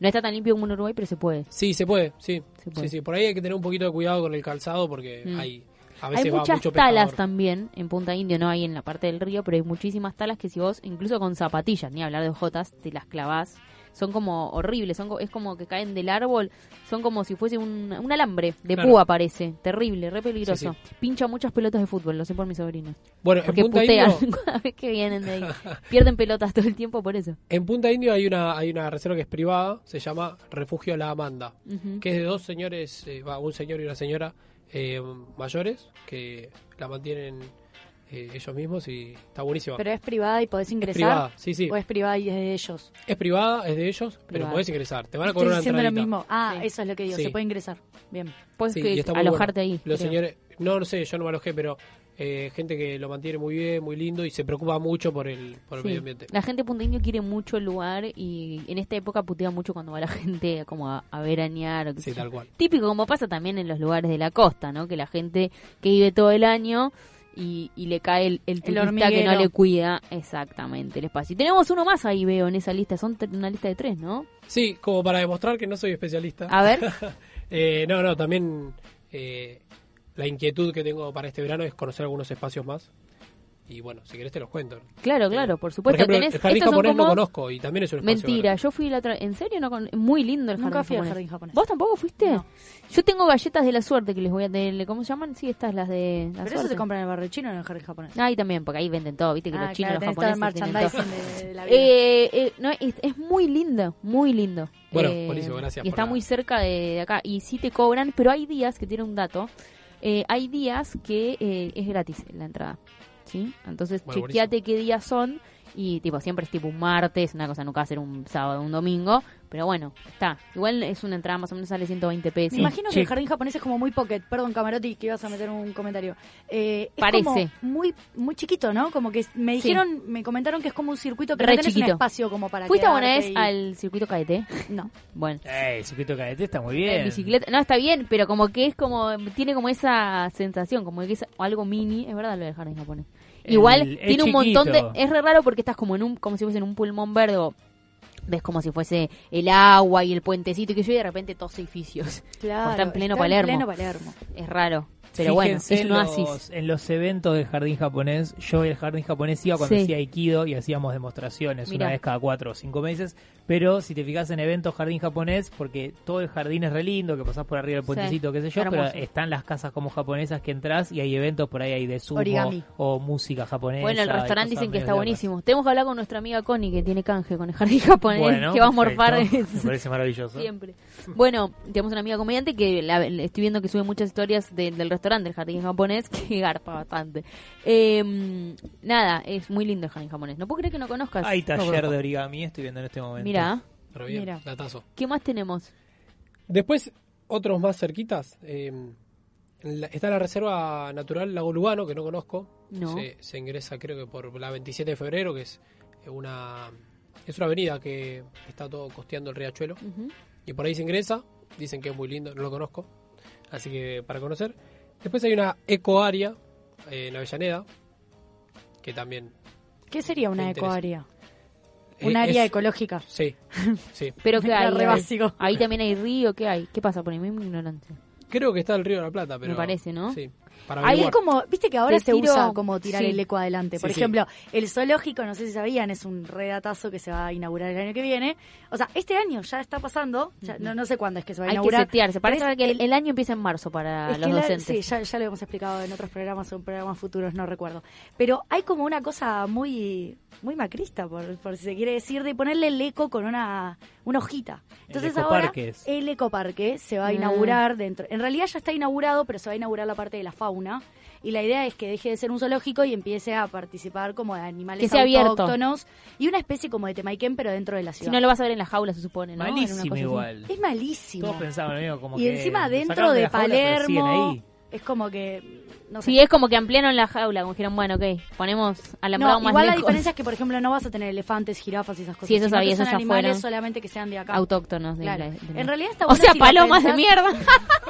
C: No está tan limpio como en Uruguay, pero se puede.
F: Sí, se puede, sí.
C: Se puede.
F: Sí, sí, por ahí hay que tener un poquito de cuidado con el calzado porque
C: Mm.
F: hay a veces
C: Hay
F: va
C: muchas
F: mucho
C: talas
F: pescador.
C: también en Punta Indio, no hay en la parte del río, pero hay muchísimas talas que si vos, incluso con zapatillas, ni hablar de hojotas, te las clavás. Son como horribles, son co- es como que caen del árbol, son como si fuese un, un alambre de
F: Claro.
C: púa parece, terrible, re peligroso.
F: Sí,
C: Pincha muchas pelotas de fútbol, lo sé por mis sobrinos.
F: Bueno, en
C: Porque
F: Punta,
C: putean
F: Indio,
C: cada vez que vienen de ahí. Pierden pelotas todo el tiempo por eso.
F: en Punta Indio hay una hay una reserva que es privada, se llama Refugio La Amanda,
C: Ujú.
F: que es de dos señores, eh, va, un señor y una señora eh, mayores que la mantienen eh, ellos mismos y está buenísima.
D: Pero es privada y podés ingresar.
F: privada, sí, sí.
D: O es privada y es de ellos.
F: Es privada, es de ellos, pero
C: Privada.
F: podés ingresar. Te van a
D: Estoy
F: cobrar una
D: diciendo lo
F: entradita.
D: mismo. Ah,
C: Sí.
D: eso es lo que digo.
F: Sí.
D: Se puede ingresar. Bien.
C: Puedes
F: Sí,
C: que-
F: y está muy
C: alojarte
F: bueno.
C: ahí. creo.
F: Los señores, no, no sé, yo no me alojé, pero eh, gente que lo mantiene muy bien, muy lindo y se preocupa mucho por el, por el
C: Sí.
F: medio ambiente.
C: La gente de Punta Indio quiere mucho el lugar y en esta época putea mucho cuando va la gente como a, a veranear. o qué sé
F: Sí,
C: yo.
F: tal cual.
C: Típico como pasa también en los lugares de la costa, ¿no? Que la gente que vive todo el año y, y le cae el, el turista que no
D: hormiguero.
C: le cuida exactamente el espacio. Y tenemos uno más ahí, veo, en esa lista. Son tre- una lista de tres, ¿no?
F: Sí, como para demostrar que no soy especialista.
C: A ver,
F: Eh, no, no, también eh, la inquietud que tengo para este verano es conocer algunos espacios más. Y bueno, si querés te los cuento.
C: claro, claro, por
F: Por
C: supuesto.
F: ejemplo,
C: Pues tenés,
F: el jardín
C: estos son
F: japonés no
C: como-
F: conozco y también es un espacio
C: Mentira, yo fui la otra ¿En serio? no con- Muy lindo el jardín
D: Nunca fui al
C: japonés.
D: jardín japonés.
C: ¿Vos tampoco fuiste?
D: No.
C: Yo tengo galletas de la suerte que les voy a... de- ¿Cómo se llaman? Sí, estas las de la
D: Pero eso
C: suerte.
D: se compra en el barrio chino o en el jardín japonés.
C: Ahí también, porque ahí venden todo, viste que
D: Ah,
C: los chinos,
D: claro,
C: los
D: tenés todo el
C: japoneses tienen todo.
D: merchandising de, de la vida.
C: Eh, eh, no, es, es muy lindo, muy lindo.
F: Bueno,
C: Eh,
F: buenísimo, gracias
C: Y
F: por
C: está
F: la-
C: muy cerca de, de acá. Y sí te cobran, pero hay días que tiene un dato. eh, hay días que eh, es gratis la entrada. ¿Sí? Entonces,
F: Bueno,
C: chequeate qué días son. Y tipo, siempre es tipo un martes, una cosa nunca va a ser un sábado, un domingo. Pero bueno, está. Igual es una entrada más o menos sale 120 pesos.
D: Me imagino que
E: che.
D: el jardín japonés es como muy pocket. Perdón, Camarotti, que ibas a meter un comentario. Eh, es
C: Parece.
D: como muy, muy chiquito, ¿no? Como que me
C: Sí.
D: dijeron, me comentaron que es como un circuito, pero
C: Re
D: no tenés un
C: chiquito.
D: espacio como para
C: ¿Fuiste alguna
D: quedarte
C: vez
D: y-
C: al circuito Caete?
D: No.
C: Bueno.
E: Eh, el circuito cadete está muy bien.
C: En bicicleta. No, está bien, pero como que es como. Tiene como esa sensación, como que es algo mini. Es verdad lo del jardín japonés.
E: El-
C: Igual
E: es
C: tiene un montón de.
E: chiquito.
C: Es re raro porque estás como en un. Como si fuese en un pulmón verde o. Ves como si fuese el agua y el puentecito y que yo y de repente todos edificios.
D: Claro,
C: está en pleno
D: está
C: Palermo.
D: pleno Palermo.
C: Es raro. Pero bueno,
E: Fíjense
C: es un
E: en
C: oasis.
E: los- en los eventos del jardín japonés, yo el jardín japonés iba cuando
C: Sí.
E: hacía Aikido y hacíamos demostraciones
C: Mirá.
E: una vez cada cuatro o cinco meses. Pero si te fijas en eventos jardín japonés, porque todo el jardín es re lindo, que pasás por arriba del
C: Sí,
E: puentecito, qué sé yo, pero
C: hermoso.
E: están las casas como japonesas que entras y hay eventos por ahí, hay de sumo
D: Origami.
E: o música japonesa.
C: Bueno, el
E: y
C: restaurante
E: cosas
C: dicen que
E: medio
C: está
E: locas.
C: buenísimo. Tenemos que hablar con nuestra amiga Connie, que tiene canje con el jardín japonés,
E: Bueno,
C: que va a morfar
E: perfecto.
C: de-
E: Me parece maravilloso.
C: siempre. Bueno, tenemos una amiga comediante que la, le estoy viendo que sube muchas historias de- del restaurante, el jardín japonés, que garpa bastante. Eh, nada, es muy lindo el jardín japonés. No puedo creer que no conozcas.
E: Hay
C: No,
E: taller
C: bueno.
E: de origami, estoy viendo en este momento.
C: Mira,
F: Pero bien,
D: Mira.
F: datazo.
C: ¿qué más tenemos?
F: Después, otros más cerquitas. eh, en la- está la Reserva Natural Lago Lugano, que no conozco.
C: No.
F: Se, se ingresa creo que por la 27 de febrero, que es una, es una avenida que está todo costeando el riachuelo.
C: Ujú.
F: Y por ahí se ingresa. Dicen que es muy lindo, no lo conozco. Así que para conocer. Después hay una ecoárea eh, en Avellaneda, que también...
D: ¿Qué sería
F: Me
D: una
F: interesa.
D: ecoárea?
F: eh,
D: Una área
F: es-
D: ecológica.
F: Sí, sí.
C: Pero que
D: Era
C: hay.
D: re
C: Ahí-
D: básico.
C: Ahí también hay río, ¿qué hay? ¿Qué pasa por ahí? Mismo ignorancia.
F: Creo que está el Río de la Plata, pero...
C: Me parece, ¿no?
F: Sí. Para
D: Ahí es
F: averiguar.
D: como, viste que ahora
C: Te
D: se
C: tiro-
D: usa como tirar
C: sí.
D: el eco adelante.
F: Sí,
D: Por
F: sí.
D: ejemplo, el zoológico, no sé si sabían, es un redatazo que se va a inaugurar el año que viene. O sea, este año ya está pasando, ya- no, no sé cuándo es que se va
C: Hay
D: a
C: que
D: inaugurar.
C: setearse. Parece
D: Pero es
C: que el, el año empieza en marzo para
D: es que
C: los
D: la-
C: docentes.
D: sí, ya, ya lo hemos explicado en otros programas o en programas futuros, no recuerdo. Pero hay como una cosa muy muy macrista, por, por si se quiere decir, de ponerle el eco con una, una hojita. Entonces ahora
E: ecoparque es.
D: el ecoparque se va a
C: Ah.
D: inaugurar dentro. En realidad ya está inaugurado, pero se va a inaugurar la parte de la fauna. Y la idea es que deje de ser un zoológico y empiece a participar como de
C: Que
D: animales
C: sea abierto.
D: autóctonos y una especie como de Temaiken, pero dentro de la
C: Si
D: ciudad.
C: no lo vas a ver en la jaula, se supone, ¿no? En una cosa
E: Malísimo
C: así.
E: igual.
D: Es malísimo.
E: Todos pensaban lo mismo, como
D: Y
E: que
D: encima
E: lo
D: dentro
E: sacaron
D: de,
E: la jaula, pero siguen
D: Palermo
E: ahí.
D: es como que no sé.
C: Sí, es como que ampliaron la jaula, como dijeron, bueno, ok, ponemos alambrado
D: No,
C: más
D: igual la
C: lejos,
D: diferencia es que, por ejemplo, no vas a tener elefantes, jirafas y esas cosas.
C: Sí, eso
D: sino que
C: sabía, eso
D: son
C: ya
D: animales
C: fueron.
D: solamente que sean de acá.
C: autóctonos. De
D: Claro.
C: la- de la-
D: En realidad está
C: o
D: bueno
C: sea,
D: si lo
C: palomas de
D: pensás.
C: mierda,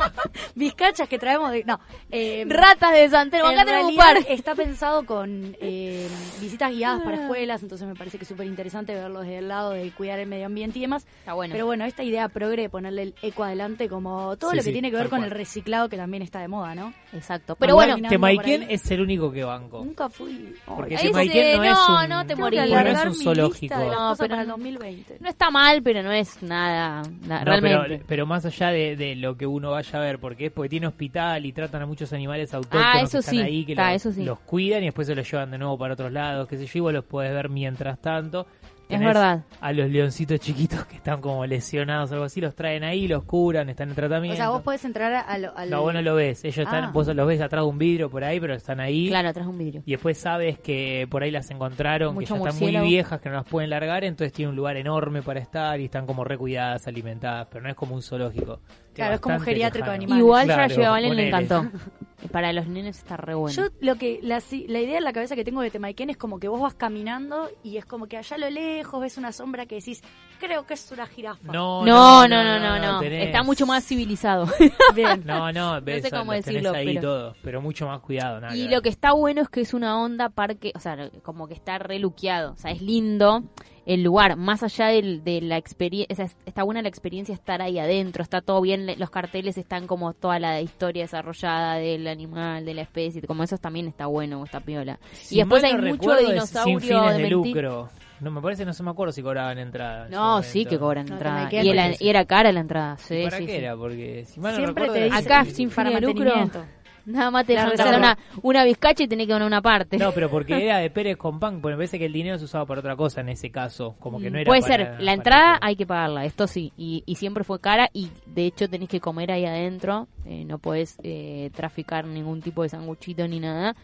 D: Vizcachas que traemos de... No. eh,
C: ratas de Santero,
D: en
C: acá tenemos un
D: realidad
C: par.
D: está pensado con eh, visitas guiadas para escuelas, entonces me parece que es súper interesante verlo desde el lado de cuidar el medio ambiente y demás.
C: Está bueno.
D: Pero bueno, esta idea progre de ponerle el eco adelante como todo
F: Sí,
D: lo que
F: sí,
D: tiene que ver
F: tal
D: con
F: cual.
D: el reciclado que también está de moda, ¿no?
C: Exacto. Pero
D: Igual
C: bueno,
D: caminando
E: Temayquén
D: por ahí.
E: es el único que banco.
D: Nunca fui.
E: Oh. Porque
C: ese-
D: Ay,
E: Temayquén no, es
C: no,
E: un,
C: no te
D: tengo que
C: morí.
E: no
D: alargar
E: es
D: mi lista
E: un
D: de
E: zoológico.
D: las
C: No,
D: cosas
C: pero
D: para el
C: no-
D: 2020.
C: no está mal, pero no es nada, na-
E: No,
C: realmente.
E: pero, pero más allá de, de lo que uno vaya a ver, porque es porque tiene hospital y tratan a muchos animales autóctonos
C: Ah, eso
E: que están
C: sí,
E: ahí, que
C: está,
E: los,
C: eso sí.
E: los cuidan y después se los llevan de nuevo para otros lados, qué sé yo, y vos los podés ver mientras tanto.
C: Es
E: Tenés
C: verdad.
E: A los leoncitos chiquitos que están como lesionados o algo así, los traen ahí, los curan, están en tratamiento.
D: O sea, vos podés entrar a lo- al...
E: No, vos no lo ves, ellos están,
D: Ah.
E: vos los ves atrás de un vidrio por ahí, pero están ahí.
C: Claro, atrás de un vidrio.
E: Y después sabes que por ahí las encontraron,
C: Mucho
E: que ya están
C: murciélago.
E: muy viejas, que no las pueden largar, entonces tiene un lugar enorme para estar y están como recuidadas, alimentadas, pero no es como un zoológico.
D: Claro, es como un
E: Bastante
D: geriátrico de
E: lejano.
D: animales.
C: Igual ya
E: Claro,
C: la llevé a Valen, le
E: ponele.
C: encantó. Eh, Para los nenes está re bueno.
D: Yo lo que la, si- la idea en la cabeza que tengo de Temaiken es como que vos vas caminando y es como que allá a lo lejos ves una sombra que decís, creo que es una jirafa.
E: No,
C: no, no, no, no, no.
E: tenés-
C: Está mucho más civilizado.
D: Bien.
E: No, no, ves,
C: sé cómo
E: los tenés
C: decirlo,
E: ahí
C: pero-
E: todo, pero mucho más cuidado. nada
C: Y
E: que
C: lo
E: ver.
C: que está bueno es que es una onda parque, o sea, como que está reluqueado, o sea, es lindo el lugar, más allá del- de la experiencia, está buena la experiencia estar ahí adentro, está todo bien, le- los carteles están como toda la historia desarrollada del animal, de la especie, como eso también está bueno, está piola.
E: Si
C: y después
E: mal
C: hay
E: no
C: mucho
E: recuerdo, es
C: dinosaurio
E: sin fines
C: de
E: de,
C: menti-
E: lucro. No, me parece, no se me acuerdo si cobraban entrada. en su
C: No, sí
E: momento.
C: que cobran
D: No,
C: entrada.
D: tenés
C: y,
D: que-
C: era, y era cara la entrada,
E: ¿Y
C: sí,
E: ¿Para
C: sí,
E: qué
C: sí.
E: era? Porque si mal no
D: Siempre
E: recuerdo,
D: te
E: era
D: dicen
C: Acá,
E: sin-
C: sin
D: para
C: fines de lucro.
D: mantenimiento.
C: Nada más te
D: La
C: dejan entrar
D: reserva.
C: una, una bizcacha y tenés que donar una parte.
E: No, pero porque era de Pérez con Punk, porque me parece que el dinero se usaba para otra cosa en ese caso, como que no era
C: Puede
E: para-
C: ser,
E: para
C: la entrada
E: que-
C: hay que pagarla, esto sí, y, y siempre fue cara y de hecho tenés que comer ahí adentro, eh, no podés eh, traficar ningún tipo de sanguchito ni nada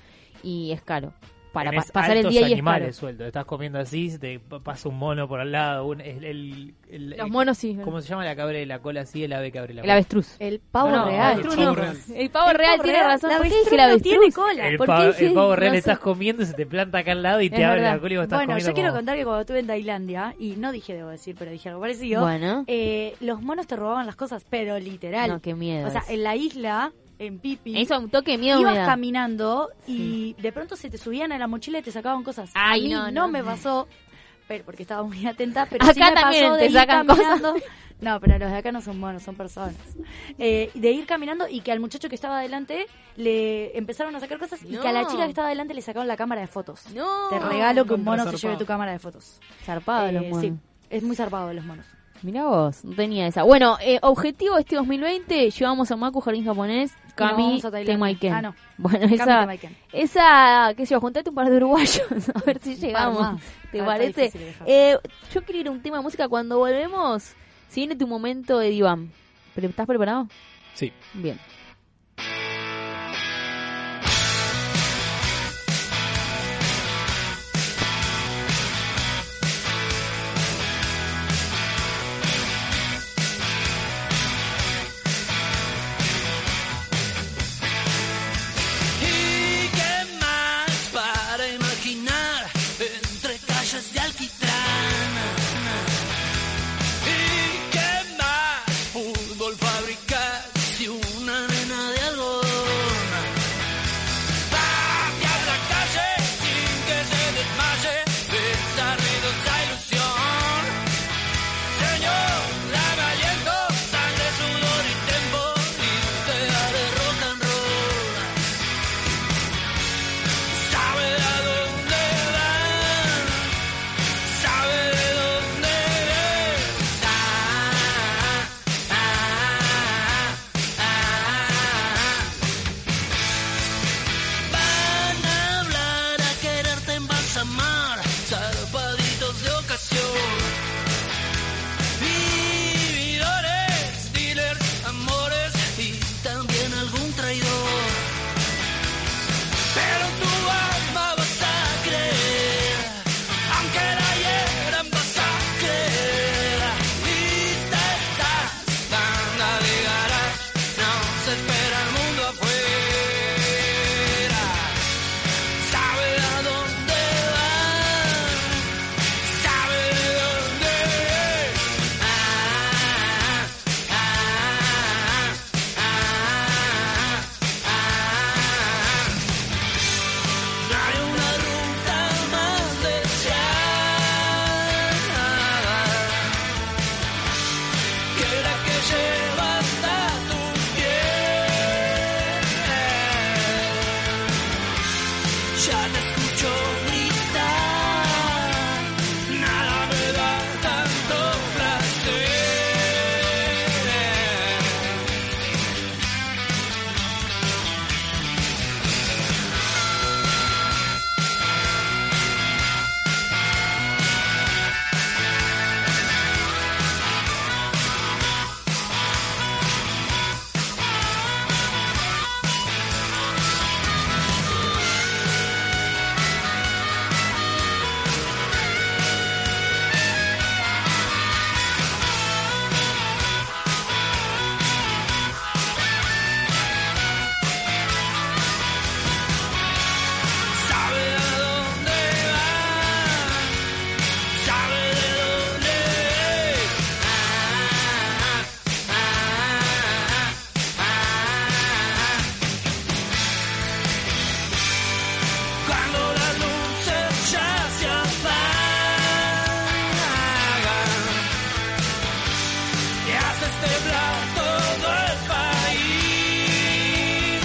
C: y es caro. Para
E: Tenés
C: pa- pasar el
E: altos
C: día y es
E: animales
C: caro.
E: sueltos, estás comiendo así, se te pa- pasa un mono por al lado, un- el, el- el-
C: Los monos sí,
E: ¿Cómo se llama la que abre la cola así? El ave que abre la
C: el
E: cola.
C: avestruz.
D: El pavo
E: No, no,
D: real.
F: el
D: chicos.
F: pavo real.
C: El pavo real tiene razón,
D: La
C: ¿por qué dije
D: avestruz
C: la
D: no
C: avestruz?
D: tiene cola.
E: El
C: ¿Por qué
E: pavo,
C: dije?
E: el pavo real
C: No sé.
E: estás comiendo y se te planta acá al lado y te
C: Es
E: abre
C: verdad.
E: la cola y vos estás
D: Bueno, yo
E: comiendo
D: quiero
E: como-
D: contar que cuando estuve en Tailandia, y no dije debo decir, pero dije algo parecido,
C: Bueno,
D: eh, los monos te robaban las cosas, pero literal.
C: no, qué miedo.
D: o sea,
C: es.
D: en la isla, en Pipi,
C: Eso un toque de miedo me
D: ibas
C: da.
D: caminando y de pronto se te subían a la mochila y te sacaban cosas.
C: Ay,
D: a mí
C: no,
D: no,
C: no.
D: me pasó, pero- porque estaba muy atenta, pero
C: Acá
D: sí me
C: también
D: pasó de
C: te
D: ir
C: sacan
D: caminando. No, pero los de acá no son monos, son personas. Eh, de ir caminando y que al muchacho que estaba adelante le empezaron a sacar cosas y que a la
C: No.
D: chica que estaba adelante le sacaron la cámara de fotos.
C: No.
D: Te regalo que un mono se
F: Zarpado.
D: lleve tu cámara de fotos.
C: Zarpado
D: Eh,
C: los monos.
D: Sí, es muy zarpado de los monos.
C: Mirá vos, no tenía esa. Bueno, eh, objetivo este 2020, llevamos a Macu Jardín Japonés, Cami,
D: vamos a Tailandia.
C: Tema Iken.
D: Ah, no.
C: Bueno,
D: Cami,
C: esa,
D: Tema Iken.
C: esa, qué sé yo, juntate un par de uruguayos, a ver si
D: par
C: llegamos.
D: más. Ah,
C: ¿Te
D: Está- está
C: parece?
D: difícil de dejar.
C: Eh, yo quiero ir a un tema de música cuando volvemos. Si viene tu momento de diván. ¿Pero estás preparado?
F: Sí.
C: Bien.
B: ¿Y qué más para imaginar entre calles de alquitrán? ¿Y qué más fútbol fabricar si una arena de algodón? Date a la calle sin que se desmaye esta ruidosa ilusión. Señor, dame aliento, sangre, sudor y tiempo y te haré rock and roll. Sabe a dónde van, sabe de dónde ven. Van a hablar, a quererte embalsamar, zarpaditos de ocasión. Vividores, dealers, amores y también algún traidor. Pero tu alma vas a creer, aunque la hieran vas a creer. Lista está, banda de garage, no se espera el mundo afuera. Sabe a dónde van, sabe de dónde es. Ah, ah, ah, ah, ah, ah. No hay una ruta más deseada que la que lleva hasta tu piel. Ya te escucho gritar, nada me da tanto placer. Sabe a dónde van, sabe de dónde es. Ah, ah, ah, ah. Cuando las luces ya se apagan y haces temblar todo el país.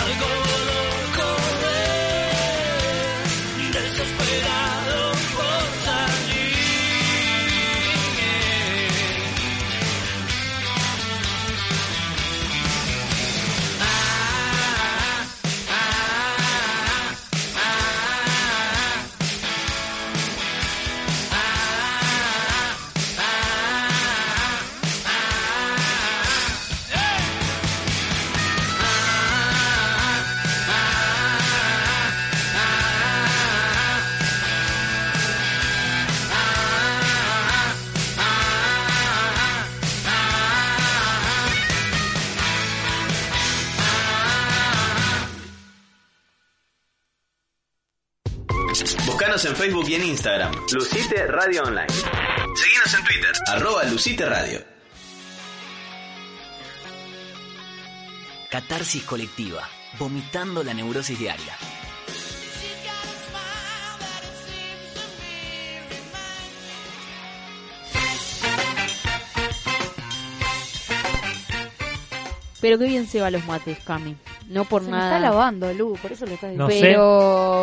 B: Estoy como loco de- desesperado por salir. Ah, ah, ah, ah, ah, ah, ah, ah.
A: Búscanos en Facebook y en Instagram. Lucite Radio Online. Seguinos en Twitter. Arroba Lucite Radio.
I: Catarsis colectiva, vomitando la neurosis diaria.
B: She got a smile
C: Pero qué bien se va los mates, Cami. No por
D: Se me
C: nada.
D: está lavando, Lu, por eso le está diciendo.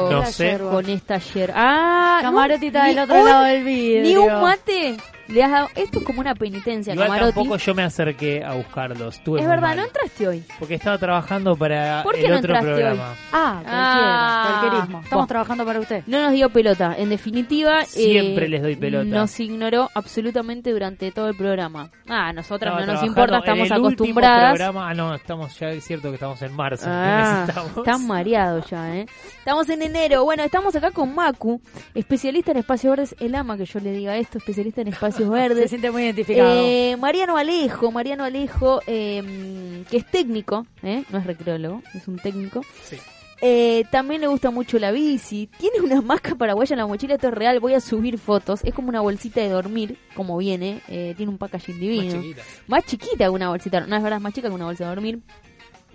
E: No sé,
C: pero
E: no sé.
C: con esta yerba. Ah, no,
D: Camarotita
C: ni
D: del otro
C: un-
D: lado del vidrio.
C: Ni un mate le has dado. Esto es como una penitencia,
E: Igual
C: Camarotti.
E: tampoco yo me acerqué a buscarlos. Estuve
C: Es
E: muy
C: verdad,
E: mal.
C: no entraste hoy.
E: Porque estaba trabajando para
C: ¿Por qué
E: el
C: no
E: otro
C: entraste
E: programa.
D: Ah,
C: Ah.
D: cualquiera, cualquierismo. Estamos
C: Buah.
D: trabajando para usted.
C: No nos dio pelota. En definitiva, eh,
E: Siempre les doy pelota.
C: Nos ignoró absolutamente durante todo el programa. Ah, a nosotras
E: Estaba
C: no nos
E: trabajando
C: importa,
E: en
C: estamos
E: el último
C: acostumbradas.
E: programa- Ah, no, estamos ya es cierto que estamos en marzo.
C: Ah,
E: ¿qué necesitamos?
C: están mareados ya, ¿eh? Estamos en enero. Bueno, estamos acá con Macu, especialista en espacios verdes. El ama que yo le diga esto, especialista en espacios
D: Se
C: verdes.
D: siente muy identificado.
C: Eh, Mariano Alejo, Mariano Alejo, eh, que es técnico, ¿eh? no es recreólogo, es un técnico.
F: Sí.
C: Eh, también le gusta mucho la bici. Tiene una máscara paraguaya en la mochila, esto es real. Voy a subir fotos. Es como una bolsita de dormir, como viene. eh, tiene un packaging divino.
F: Más chiquita.
C: Más chiquita que una bolsita. No es verdad, es más chica que una bolsa de dormir.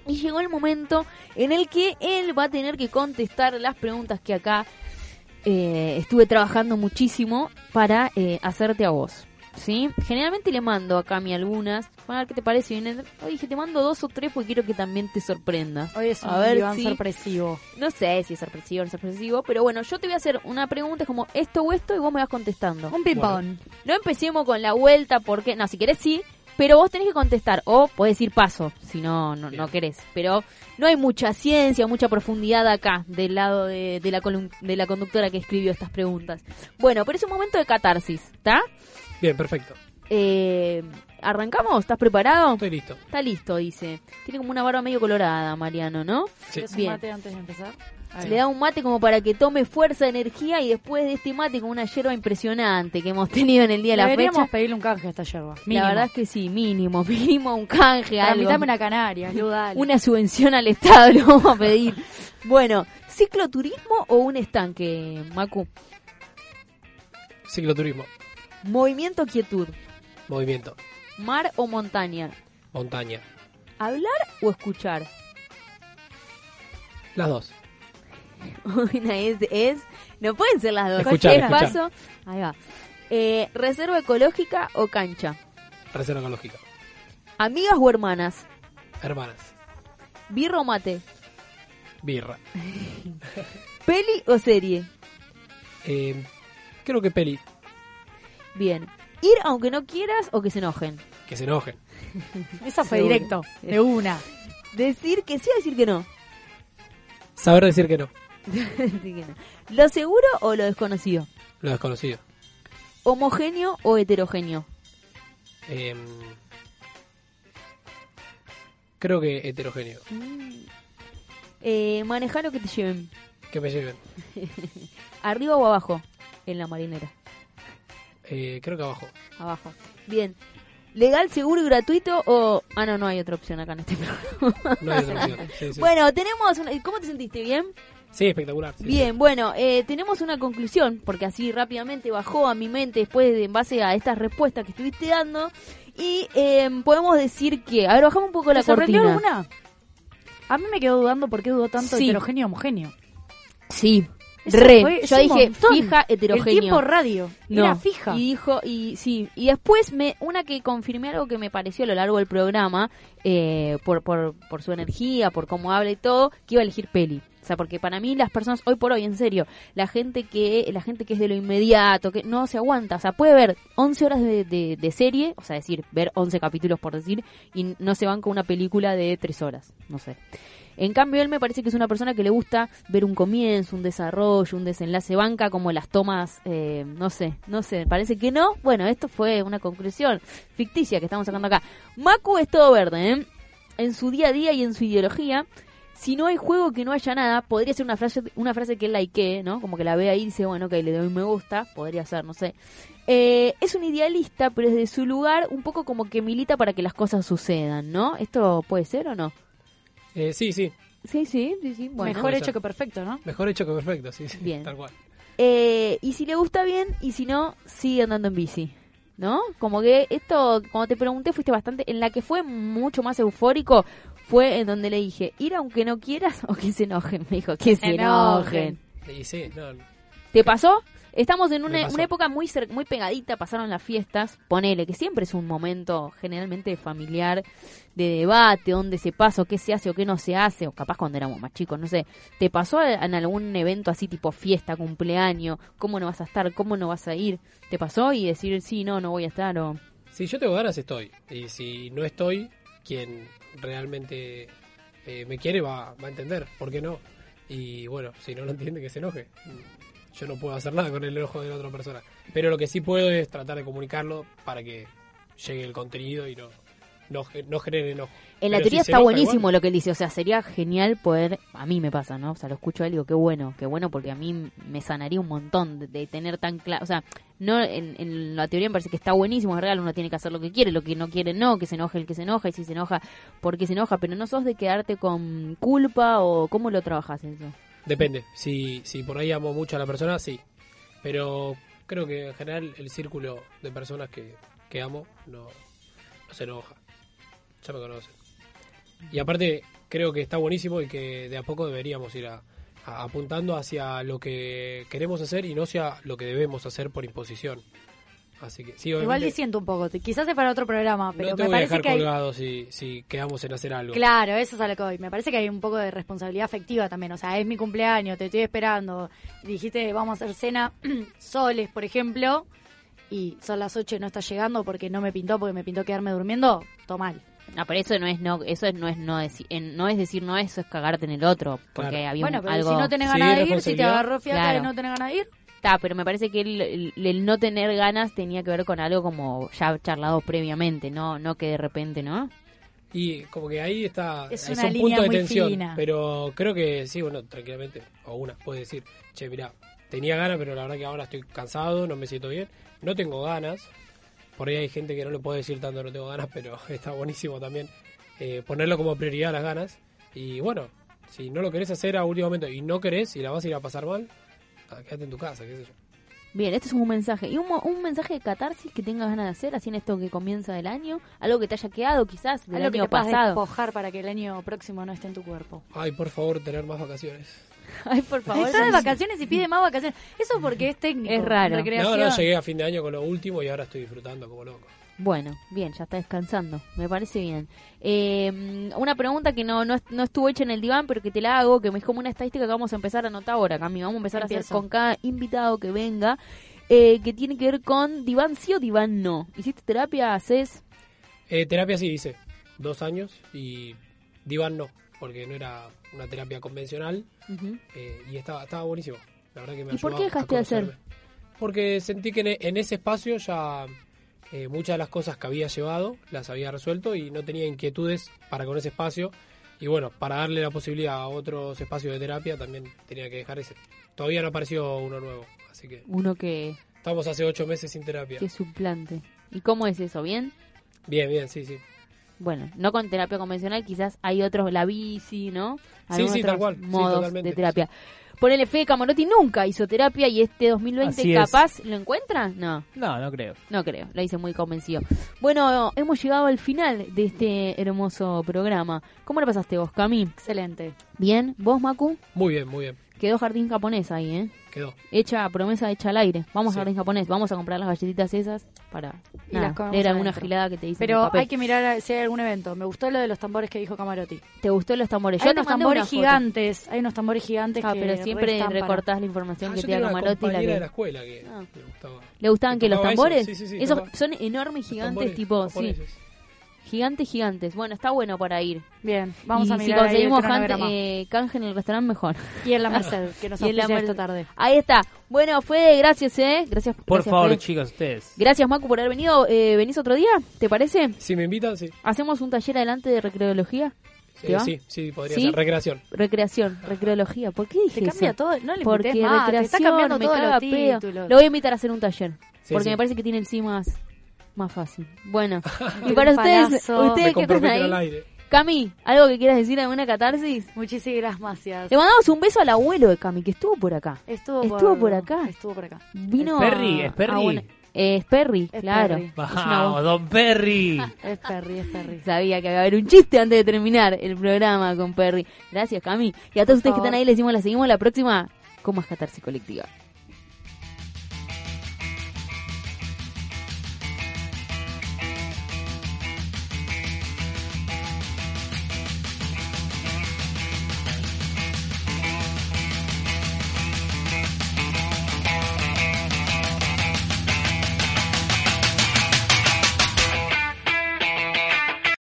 C: Y llegó el momento en el que él va a tener que contestar las preguntas que acá eh, estuve trabajando muchísimo para eh, hacerte a vos. ¿Sí? Generalmente le mando a Cami algunas. Bueno, a ver qué te parece. Y en- Hoy dije, te mando dos o tres porque quiero que también te sorprendas.
D: Hoy es un
C: a ver
D: diván
C: si-
D: sorpresivo.
C: No sé si es sorpresivo o no sorpresivo, pero bueno, yo te voy a hacer una pregunta, es como esto o esto, y vos me vas contestando.
D: Un ping-pong.
C: No empecemos con la vuelta porque, no, si querés sí, pero vos tenés que contestar o podés ir paso, si no, no, no
F: Bien.
C: querés. Pero no hay mucha ciencia, mucha profundidad acá del lado de, de la, colum- de la conductora que escribió estas preguntas. Bueno, pero es un momento de catarsis, ¿está?
F: Bien, perfecto.
C: Eh, ¿Arrancamos? ¿Estás preparado?
F: Estoy listo.
C: Está listo, dice. Tiene como una barba medio colorada, Mariano, ¿no?
F: Sí.
D: ¿Quieres un
C: Bien.
D: mate antes de empezar? Ahí
C: Le
D: va.
C: da un mate como para que tome fuerza, energía y después de este mate con una yerba impresionante que hemos tenido en el día de la
D: Deberíamos
C: fecha.
D: pedirle un canje a esta yerba.
C: La verdad es que sí, mínimo, mínimo un canje, algo.
D: Tramitame una canaria, Lu, dale.
C: Una subvención al Estado lo vamos a pedir. bueno, ¿cicloturismo o un estanque, Macu?
F: Cicloturismo.
C: Movimiento o quietud,
F: Movimiento.
C: mar o montaña,
F: Montaña.
C: hablar o escuchar.
F: Las dos.
C: Una es, es, no pueden ser las dos.
F: Escuchar,
C: Es
F: escuchar.
C: paso. Ahí va. Eh, ¿Reserva ecológica o cancha?
F: Reserva ecológica.
C: ¿Amigas o hermanas?
F: Hermanas.
C: ¿Birro o mate?
F: Birra.
C: ¿Peli o serie?
F: Eh, creo que peli.
C: Bien. ¿Ir aunque no quieras o que se enojen?
F: Que se enojen.
D: Esa fue
C: Seguro.
D: directo, de una.
C: ¿Decir que sí o decir que no?
F: Saber decir que no.
C: Así que no. ¿Lo seguro o lo desconocido?
F: Lo desconocido.
C: ¿Homogéneo o heterogéneo?
F: Eh, creo que heterogéneo.
C: Eh, manejar o que te lleven.
F: Que me lleven.
C: ¿Arriba o abajo? En la marinera.
F: Eh, creo que abajo.
C: Abajo. Bien. ¿Legal, seguro y gratuito o...? Ah, no, no hay otra opción acá en este programa.
F: No hay otra opción. Sí, sí.
C: Bueno, tenemos... una- ¿Cómo te sentiste? ¿Bien?
F: Sí, espectacular. Sí,
C: Bien, bueno, eh, tenemos una conclusión, porque así rápidamente bajó a mi mente después de en base a estas respuestas que estuviste dando. Y eh, podemos decir que. A ver, bajamos un poco la
D: ¿Te sorprendió
C: cortina.
D: alguna? A mí me quedó dudando por qué dudó tanto
C: Sí.
D: heterogéneo homogéneo.
C: Sí,
D: Eso
C: re.
D: fue- es
C: Yo
D: un
C: dije,
D: montón.
C: fija,
D: El
C: heterogéneo.
D: tiempo radio.
C: No.
D: Era fija.
C: Y dijo, y sí, y después me, una que confirmé algo que me pareció a lo largo del programa, eh, por, por, por su energía, por cómo habla y todo, que iba a elegir peli. O sea, porque para mí las personas, hoy por hoy, en serio, la gente que, la gente que es de lo inmediato, que no se aguanta, o sea, puede ver 11 horas de, de, de serie, o sea, decir, ver 11 capítulos por decir, y no se van con una película de 3 horas, no sé. En cambio, él me parece que es una persona que le gusta ver un comienzo, un desarrollo, un desenlace banca, como las tomas, eh, no sé, no sé, parece que no. Bueno, esto fue una conclusión ficticia que estamos sacando acá. Macu es todo verde, ¿eh? En su día a día y en su ideología. Si no hay juego que no haya nada, podría ser una frase, una frase que él likee, ¿no? Como que la ve ahí y dice, bueno, ok, le doy un me gusta, podría ser, no sé. Eh, es un idealista, pero desde su lugar un poco como que milita para que las cosas sucedan, ¿no? ¿Esto puede ser o no?
F: Eh, sí, sí.
C: Sí, sí, sí, sí. Bueno.
D: Mejor
F: Puede
D: hecho
F: ser.
D: que perfecto, ¿no?
F: Mejor hecho que perfecto. Sí, sí.
C: Bien.
F: Tal cual.
C: Eh, y si le gusta bien, y si no, sigue andando en bici. ¿No? Como que esto, cuando te pregunté, fuiste bastante. En la que fue mucho más eufórico fue en donde le dije, ir aunque no quieras o que se enojen. Me dijo, que se
D: Enojen.
C: enojen.
F: Y sí, no.
C: ¿Te pasó? Estamos en
F: Me
C: una,
F: pasó.
C: una época muy cer- muy pegadita, pasaron las fiestas, ponele, que siempre es un momento generalmente familiar de debate, dónde se pasa, o qué se hace o qué no se hace, o capaz cuando éramos más chicos, no sé. ¿Te pasó a- en algún evento así tipo fiesta, cumpleaños? ¿Cómo no vas a estar? ¿Cómo no vas a ir? ¿Te pasó y decir sí, no, no voy a estar? o
F: Si yo tengo ganas, estoy. Y si no estoy, quien realmente eh, me quiere va, va a entender, ¿por qué no? Y bueno, si no lo entiende, que se enoje. Yo no puedo hacer nada con el enojo de la otra persona. Pero lo que sí puedo es tratar de comunicarlo para que llegue el contenido y no, no, ge- no genere enojo.
C: En la
F: Pero
C: teoría
F: si se
C: está
F: enoja
C: buenísimo
F: igual.
C: lo que él dice, o sea, sería genial poder, a mí me pasa, ¿no? O sea, lo escucho a él y digo, qué bueno, qué bueno, porque a mí me sanaría un montón de, de tener tan claro, o sea, no en, en la teoría me parece que está buenísimo, es real, uno tiene que hacer lo que quiere, lo que no quiere no, que se enoje el que se enoja, y si se enoja, porque se enoja, pero no sos de quedarte con culpa o cómo lo trabajas eso.
F: Depende. Si, si por ahí amo mucho a la persona, sí. Pero creo que en general el círculo de personas que, que amo no, no se enoja. Ya me conocen. Y aparte, creo que está buenísimo y que de a poco deberíamos ir a- a- apuntando hacia lo que queremos hacer y no hacia lo que debemos hacer por imposición. Así que, sí,
D: Igual
F: obviamente,
D: diciendo un poco, te- quizás es para otro programa, pero
F: no te
D: me
F: voy a
D: parece
F: dejar
D: que hay...
F: colgado si, si quedamos en hacer algo.
D: Claro, eso es a lo que voy. Me parece que hay un poco de responsabilidad afectiva también. O sea, es mi cumpleaños, te estoy esperando. Dijiste, vamos a hacer cena soles, por ejemplo, y son las 8 y no está llegando porque no me pintó, porque me pintó quedarme durmiendo. Toma mal.
C: No, pero eso no es no, eso no es no decir, no es decir no, eso es cagarte en el otro, porque
F: porque Claro.
C: había
D: Bueno, pero
C: algo...
D: si no tenés
F: Sí,
D: ganas de ir, si te
F: responsabilidad.
D: agarró fiaca
C: Claro.
D: y no tenés ganas de ir,
C: Está, pero me parece que el, el- el no tener ganas tenía que ver con algo como ya charlado previamente, no no que de repente, ¿no?
F: Y como que ahí está,
D: Es
F: es,
D: una
F: un
D: línea
F: punto de
D: muy
F: tensión.
D: fina.
F: Pero creo que sí, bueno, tranquilamente, o una puede decir, che, mirá, tenía ganas, pero la verdad que ahora estoy cansado, no me siento bien, no tengo ganas. Por ahí hay gente que no le puede decir tanto, no tengo ganas, pero está buenísimo también eh, ponerlo como prioridad las ganas. Y bueno, si no lo querés hacer a último momento y no querés y la vas a ir a pasar mal, ah, quédate en tu casa, qué sé yo.
C: Bien, este es un mensaje. Y un, mo- un mensaje de catarsis que tengas ganas de hacer, así en esto que comienza del año, algo que te haya quedado quizás del
D: algo que
C: año
D: te puedas
C: pasado.
D: despojar para que el año próximo no esté en tu cuerpo.
F: Ay, por favor, tener más vacaciones.
C: Ay, por favor.
D: Está de
C: Santi.
D: vacaciones y pide más vacaciones. Eso porque es técnico.
C: Es raro.
D: recreación.
F: No, no, llegué a fin de año con lo último y ahora estoy disfrutando como loco.
C: Bueno, bien, ya está descansando, me parece bien. Eh, una pregunta que no, no, est- no estuvo hecha en el diván, pero que te la hago, que es como una estadística que vamos a empezar a anotar ahora, Cami. Vamos a empezar a hacer
D: Empiezo.
C: con cada invitado que venga, eh, que tiene que ver con diván sí o diván no. ¿Hiciste terapia? ¿Haces?
F: Eh, terapia sí hice, dos años y diván no, porque no era una terapia convencional
C: Ujú.
F: eh, y estaba, estaba buenísimo. La verdad que me
C: ¿Y por
F: ayudó
C: qué
F: a-
C: dejaste
F: a
C: de hacer?
F: conocerme. Porque sentí que en, e- en ese espacio ya eh, muchas de las cosas que había llevado las había resuelto y no tenía inquietudes para con ese espacio. Y bueno, para darle la posibilidad a otros espacios de terapia también tenía que dejar ese. Todavía no apareció uno nuevo, así que
C: Uno que,
F: estamos hace ocho meses sin terapia.
C: que suplante. ¿Y cómo es eso? ¿Bien?
F: Bien, bien, sí, sí.
C: Bueno, no con terapia convencional, quizás hay otros, la bici, ¿no?
F: Sí,
C: Algunos
F: sí,
C: otros
F: tal cual, sí,
C: modos
F: totalmente,
C: de terapia. Ponele Fede Camarotti nunca hizo terapia y este 2020
E: Así es.
C: capaz lo encuentra? No,
E: No, no creo.
C: no creo, lo hice muy convencido. Bueno, hemos llegado al final de este hermoso programa. ¿Cómo lo pasaste vos, Cami?
D: Excelente.
C: Bien, vos, Macu,
F: Muy bien, muy bien.
C: quedó jardín japonés ahí, ¿eh?
F: Quedó.
C: Hecha promesa hecha al aire. Vamos
F: Sí.
C: a jardín japonés, vamos a comprar las galletitas esas para
D: Y
C: nada,
D: las comemos
C: leer alguna
D: adentro.
C: Ah, gilada que te dicen. en el
D: Pero
C: papel.
D: hay que mirar a- si hay algún evento. Me gustó lo de los tambores que dijo Camarotti.
C: ¿Te gustó los tambores?
D: Hay
C: Yo te
D: unos
C: mandé
D: tambores
C: una foto.
D: gigantes, hay unos tambores gigantes
C: Ah,
D: que
C: pero siempre
D: restan para-
C: recortás la información
F: Ah,
C: que
F: yo
C: te da
F: tenía una
C: Camarotti. La
F: compañera
C: que-
F: de la escuela que
C: Ah.
F: le gustaba.
C: ¿Le gustaban
F: Me
C: que los
F: tocaba eso,
C: tambores?
F: sí, sí, sí,
C: Esos
F: tocaba.
C: son enormes, gigantes,
F: Tambores
C: tipo, sí,
F: japoneses.
C: gigantes, gigantes. Bueno, está bueno para ir.
D: Bien, vamos
C: y
D: a mirar
C: si
D: ahí el
C: conseguimos
D: cronograma.
C: jan- eh, canje en el restaurante, mejor.
D: Y en la Merced, que nos
C: Y en la
D: auspicia
C: Merced.
D: esta tarde.
C: Ahí está. Bueno, Fede, gracias, ¿eh? Gracias.
E: Por
C: gracias,
E: favor,
C: Fede.
E: chicos, ustedes.
C: Gracias, Macu, por haber venido. Eh, ¿Venís otro día? ¿Te parece?
F: Si me invitan, sí.
C: ¿Hacemos un taller adelante de recreología? ¿Te
F: Eh,
C: va?
F: sí, sí, podría
C: ¿Sí?
F: ser. Recreación.
C: Recreación, recreología. ¿Por qué dije
D: Te cambia
C: eso?
D: todo, no le
C: Porque
D: invites más, te está
C: recreación
D: cambiando
C: me
D: todos
C: caga
D: los
C: pedo.
D: títulos.
C: Lo voy a invitar a hacer un taller.
F: Sí,
C: porque
F: sí.
C: me parece que tiene el sí más, más fácil. Bueno, y
D: Un
C: para ustedes,
D: palazo.
F: Me
C: ustedes que están
F: comprometo al
C: ahí.
F: aire.
C: Cami, ¿algo que quieras decir? ¿Alguna catarsis?
D: Muchísimas gracias.
C: Le mandamos un beso al abuelo de Cami, que estuvo por acá.
D: Estuvo,
C: Estuvo por acá.
D: Estuvo por acá.
C: Vino.
E: Es Perry,
C: a-
E: es Perry.
C: a una- eh, es Perry,
D: Es
C: claro.
D: Perry.
C: Es una
E: Vamos, don Perry.
D: Es Perry, es Perry.
C: Sabía que iba a haber un chiste antes de terminar el programa con Perry. Gracias, Cami. Y a todos ustedes que
D: favor.
C: están ahí, les decimos, la seguimos la próxima con más catarsis colectiva.